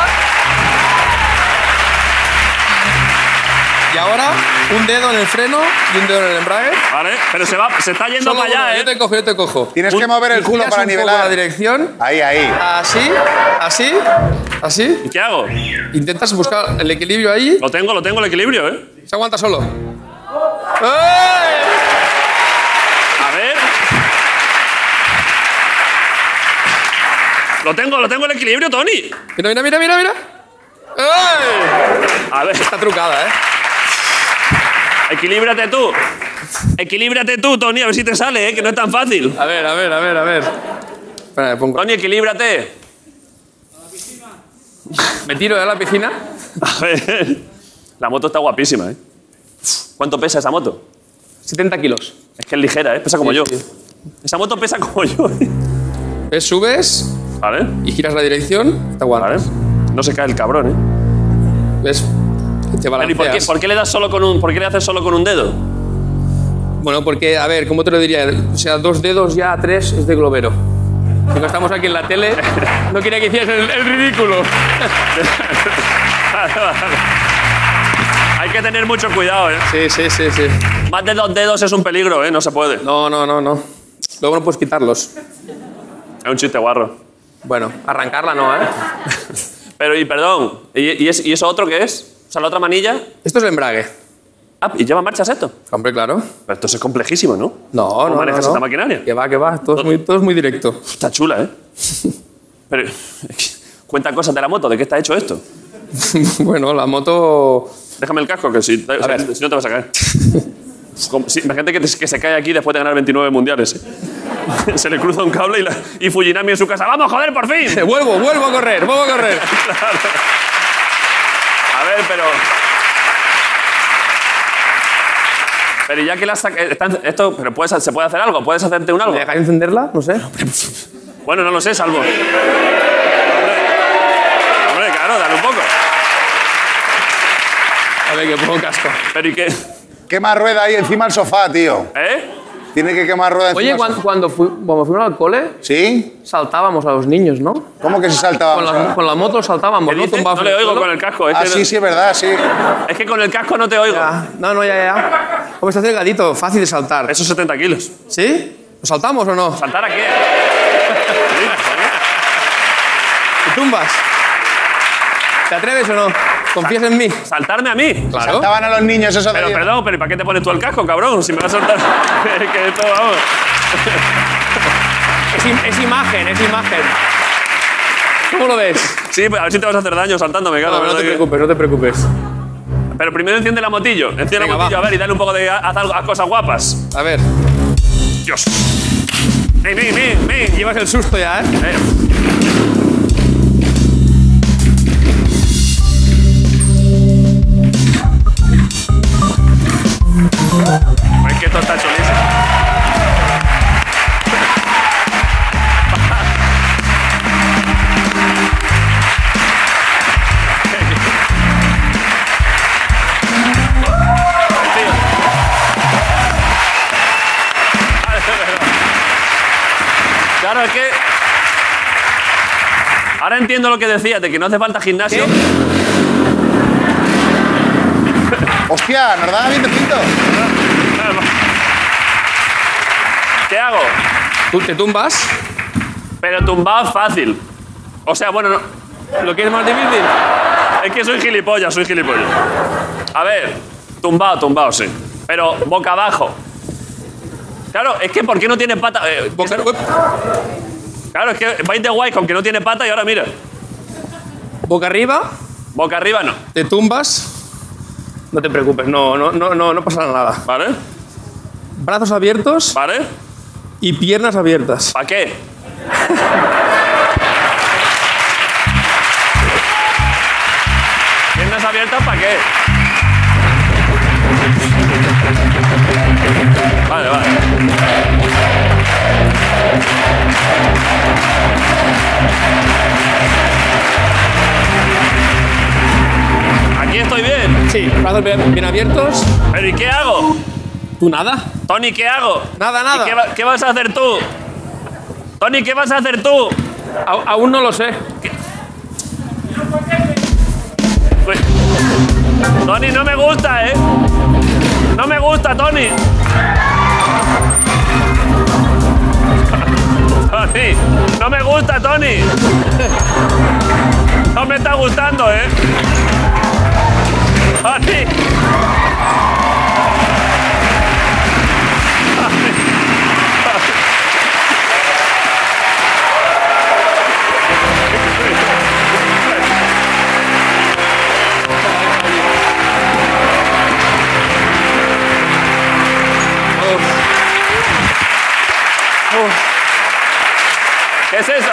S15: Y ahora, un dedo en el freno y un dedo en el embrague.
S1: Vale, pero se va, se está yendo
S15: Solo
S1: para
S15: uno,
S1: allá,
S15: Yo
S1: ¿eh?
S15: te cojo, yo te cojo.
S4: Tienes que
S15: Un-
S4: mover el culo
S15: giras
S4: para
S15: un poco
S4: nivelar.
S15: la dirección.
S4: Ahí, ahí.
S15: Así, así, así.
S1: ¿Y qué hago?
S15: Intentas buscar el equilibrio ahí.
S1: Lo tengo, lo tengo el equilibrio, ¿eh?
S15: Se aguanta solo. ¡Ey!
S1: A ver. Lo tengo, lo tengo el equilibrio, Tony.
S15: Mira, mira, mira, mira, mira. ¡Ey!
S1: A ver,
S15: Está trucada, ¿eh?
S1: equilíbrate tú. Equilíbrate tú, Tony, a ver si te sale, ¿eh? Que no es tan fácil.
S15: A ver, a ver, a ver, a ver. Espera, me pongo.
S1: Tony, equilíbrate.
S15: Me tiro de la piscina.
S1: A ver. La moto está guapísima, ¿eh? ¿Cuánto pesa esa moto?
S15: 70 kilos.
S1: Es que es ligera, ¿eh? Pesa como
S15: Sí,
S1: yo.
S15: sí.
S1: Esa moto pesa como yo. ¿eh?
S15: ¿Ves? Subes
S1: Vale,
S15: y giras la dirección. Te
S1: vale.
S15: aguantas.
S1: No se cae el cabrón, ¿eh?
S15: ¿Ves? Te
S1: Pero, ¿y
S15: balanceas.
S1: por qué, por qué le das solo con un, por qué le haces solo con un dedo?
S15: Bueno, porque, a ver, ¿cómo te lo diría? O sea, dos dedos ya, tres, es de globero. Si no estamos aquí en la tele, no quería que hicieras el, el ridículo.
S1: Vale, vale. Hay que tener mucho cuidado, ¿eh?
S15: Sí, sí, sí, sí.
S1: Más de dos dedos es un peligro, ¿eh? No se puede.
S15: No, no, no, no. Luego no puedes quitarlos.
S1: Es un chiste guarro.
S15: Bueno, arrancarla no, ¿eh?
S1: Pero, y perdón, ¿y, y es- y eso otro qué es? O sea, la otra manilla.
S15: Esto es el embrague.
S1: Ah, ¿y lleva marchas esto?
S15: Hombre, claro.
S1: Pero esto es complejísimo, ¿no?
S15: No,
S1: ¿Cómo
S15: no,
S1: manejas
S15: no, no.
S1: esta maquinaria?
S15: Que va, que va. Todo es muy, todo es muy directo.
S1: Está chula, ¿eh? Pero, cuenta cosas de la moto, ¿de qué está hecho esto?
S15: bueno, la moto...
S1: Déjame el casco, que si, o sea,
S15: ver.
S1: si no te vas a caer. Como- sí, imagínate que, te- que se cae aquí después de ganar 29 mundiales. ¿eh? se le cruza un cable y, la- y Fujinami en su casa. ¡Vamos, joder, por fin!
S15: Eh, vuelvo, vuelvo a correr, vuelvo a correr.
S1: A ver, pero. Pero ya que la saca- eh, están- esto, pero puedes, se puede hacer algo, puedes hacerte un algo.
S15: ¿Me
S1: pues,
S15: dejáis encenderla? No sé.
S1: Bueno, no lo sé, salvo. Hombre, Hombre, claro, dale un poco.
S15: A ver, que pongo casco.
S1: Pero ¿y qué?
S4: Quema rueda ahí encima del sofá, tío.
S1: ¿Eh?
S4: Tiene que quemar rueda encima
S15: Oye,
S4: del
S15: cuando,
S4: sofá.
S15: cuando, fu- cuando fuimos al cole,
S4: ¿Sí?
S15: saltábamos a los niños, ¿no?
S4: ¿Cómo que se
S15: Con la,
S4: saltaba?
S15: con la moto saltábamos,
S1: ¿Qué
S15: ¿no?
S1: dices?
S15: Tumbados
S1: No
S15: en
S1: le
S15: el
S1: oigo
S15: suelo.
S1: con el casco. Es,
S4: Ah,
S1: que,
S4: sí, sí, es verdad, sí.
S1: es que con el casco no te oigo.
S15: Ya. No, no, ya, ya. Hombre, está delgadito, fácil de saltar.
S1: Esos 70 kilos.
S15: ¿Sí? ¿Lo saltamos o no?
S1: ¿Saltar aquí?
S15: ¿Te tumbas? ¿Te atreves o no? ¿Confías en mí?
S1: ¿Saltarme a mí?
S15: Claro.
S4: Saltaban a los niños esos de
S1: Pero
S4: ahí.
S1: perdón, pero ¿y para qué te pones tú el casco, cabrón? Si me vas a saltar. que esto, vamos.
S15: Es, im- es imagen, es imagen. ¿Cómo lo ves?
S1: Sí, pues, a ver si te vas a hacer daño saltándome, claro.
S15: No, no
S1: ¿verdad
S15: te
S1: que-
S15: preocupes, Pues no te preocupes.
S1: Pero primero enciende la motillo. Enciende
S15: Venga,
S1: la motillo,
S15: va.
S1: a ver, y dale un poco de. Haz, algo- haz cosas guapas.
S15: A ver,
S1: Dios. ¡Ven, ven, ven, ven! Llevas el.
S15: el susto ya, ¿eh?
S1: Eh, es que esto está chulísimo.
S15: Ya,
S1: Claro, es que. Ahora entiendo lo que decías, de que no hace falta gimnasio.
S4: Hostia, nos da bien de pinto.
S1: ¿Qué hago?
S15: ¿Tú te tumbas?
S1: Pero tumbado fácil. O sea, bueno, no.
S15: ¿Lo quieres más difícil?
S1: Es que soy gilipollas, soy gilipollas. A ver, tumbado, tumbado, sí. Pero boca abajo. Claro, es que ¿por qué no tiene pata? Eh, esto- Claro, es que vais de guay con que no tiene pata y ahora mira.
S15: ¿Boca arriba?
S1: Boca arriba no.
S15: ¿Te tumbas? No te preocupes, no, no, no, no, no pasa nada.
S1: ¿Vale?
S15: Brazos abiertos.
S1: ¿Vale?
S15: Y piernas abiertas.
S1: ¿Para qué? ¿Piernas abiertas para qué? Vale, vale. Aquí estoy bien.
S15: Sí, brazos bien, bien abiertos.
S1: ¿Pero y qué hago?
S15: ¿Tú nada?
S1: Tony, ¿qué hago?
S15: Nada, nada.
S1: ¿Y qué, va- qué vas a hacer tú? Tony, ¿qué vas a hacer tú?
S15: A- aún no lo sé.
S1: Pues- Tony, no me gusta, ¿eh? No me gusta, Tony. Tony, no me gusta, Tony. No me está gustando, ¿eh? Tony. ¿Qué es eso?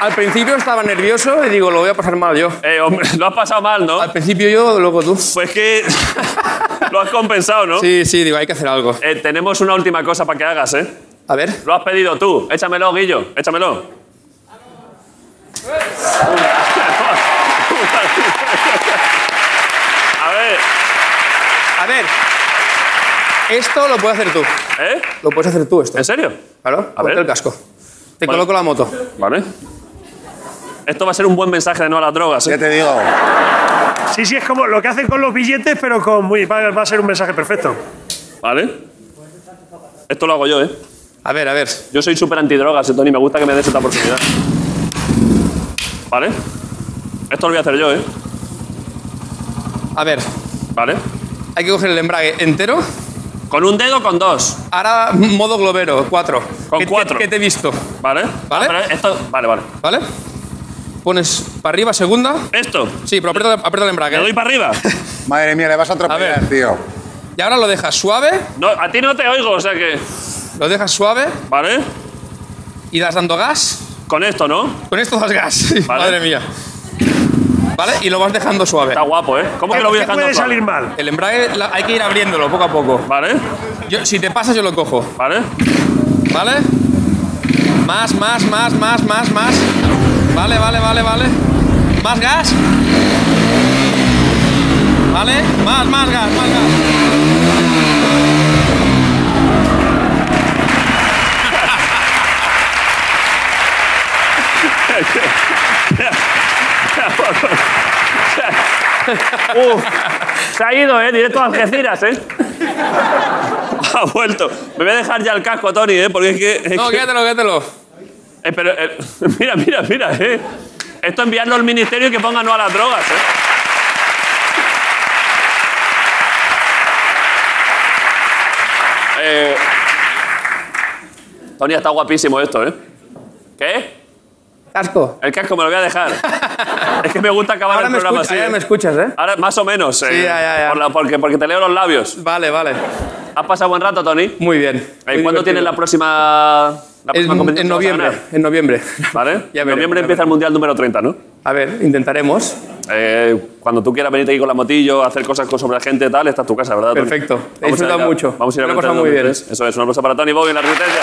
S15: Al principio estaba nervioso y digo, lo voy a pasar mal yo.
S1: Eh, hombre, lo has pasado mal, ¿no?
S15: Al principio yo, luego tú.
S1: Pues que lo has compensado, ¿no?
S15: Sí, sí, digo, hay que hacer algo.
S1: Eh, tenemos una última cosa para que hagas, ¿eh?
S15: A ver.
S1: Lo has pedido tú. Échamelo, Guillo. Échamelo. A ver,
S15: A ver. Esto lo puedes hacer tú.
S1: ¿eh?
S15: Lo puedes hacer tú, esto.
S1: ¿En serio?
S15: Claro, ponte
S1: ver.
S15: el casco. Te
S1: Vale.
S15: coloco la moto.
S1: Vale. Esto va a ser un buen mensaje de no a las drogas. ¿eh?
S4: Ya te digo.
S3: Sí, sí, es como lo que hacen con los billetes, pero con muy, va, va a ser un mensaje perfecto.
S1: ¿Vale? Esto lo hago yo, ¿eh?
S15: A ver, a ver.
S1: Yo soy súper antidrogas, eh, Tony. Me gusta que me des esta oportunidad. ¿Vale? Esto lo voy a hacer yo, ¿eh?
S15: A ver.
S1: ¿Vale?
S15: Hay que coger el embrague entero.
S1: Con un dedo, con dos.
S15: Ahora, modo globero, cuatro.
S1: Con
S15: ¿Qué- qué-
S1: cuatro.
S15: ¿Qué te he visto?
S1: ¿Vale? Ah,
S15: ¿Vale?
S1: Pero esto, vale, vale.
S15: ¿Vale? Pones para arriba, segunda.
S1: Esto.
S15: Sí, pero aprieta, aprieta el embrague.
S1: ¿Le doy para arriba?
S4: Madre mía, le vas a
S15: A
S4: atropellar,
S15: ver.
S4: tío.
S15: Y ahora lo dejas suave,
S1: No, a ti no te oigo, o sea que.
S15: lo dejas suave
S1: ¿Vale?
S15: y das dando gas.
S1: Con esto, ¿no?
S15: Con esto das gas.
S1: Vale.
S15: Madre mía. ¿Vale? Y lo vas dejando suave.
S1: Está guapo, ¿eh? ¿Cómo que lo voy
S3: ¿Qué
S1: dejando
S3: puede
S1: suave?
S3: salir mal?
S15: El embrague la- hay que ir abriéndolo poco a poco.
S1: ¿Vale?
S15: Yo- si te pasas, yo lo cojo.
S1: ¿Vale?
S15: ¿Vale? Más, más, más, más, más, más. Vale, vale, vale, vale. Más gas. Vale, más, más gas, más gas. Uh.
S1: Se ha ido, ¿eh? Directo a Algeciras, ¿eh? Ha vuelto. Me voy a dejar ya el casco, Tony, ¿eh? Porque es que. es
S15: No,
S1: que-
S15: quédatelo, quédatelo.
S1: Eh, pero, eh, mira, mira, mira, ¿eh? Esto enviarlo al ministerio y que pongan no a las drogas, ¿eh? Eh, Tony, está guapísimo esto, ¿eh? ¿Qué?
S15: Casco.
S1: El casco me lo voy a dejar. es que me gusta acabar
S15: Ahora
S1: el
S15: me,
S1: programa
S15: escuchas,
S1: así.
S15: ahora
S1: ¿eh?
S15: me escuchas, ¿eh?
S1: Ahora, más o menos. eh,
S15: Sí, ya, ya, ya.
S1: por la- porque, porque te leo los labios.
S15: Vale, vale.
S1: ¿Has pasado buen rato, Tony?
S15: Muy bien.
S1: Eh,
S15: Muy
S1: ¿Cuándo
S15: divertido.
S1: tienes la próxima, la próxima
S15: En,
S1: competición
S15: en
S1: que vas a
S15: noviembre.
S1: ganar?
S15: En noviembre.
S1: ¿Vale?
S15: Ya
S1: en
S15: veremos,
S1: noviembre
S15: ya
S1: empieza el Mundial número 30, ¿no?
S15: A ver, intentaremos.
S1: Eh, cuando tú quieras venirte aquí con la motillo, hacer cosas con- sobre la gente y tal, esta es tu casa, ¿verdad? Tony?
S15: Perfecto. He
S1: Vamos a ir
S15: disfrutado
S1: a-
S15: mucho.
S1: Vamos a ir
S15: Me
S1: a
S15: lo he
S1: contar
S15: pasado muy
S1: dónde
S15: bien.
S1: estés. Eso es, una cosa para Tony Bobby en la resistencia.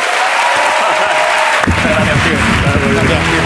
S15: Gracias, tío. Gracias.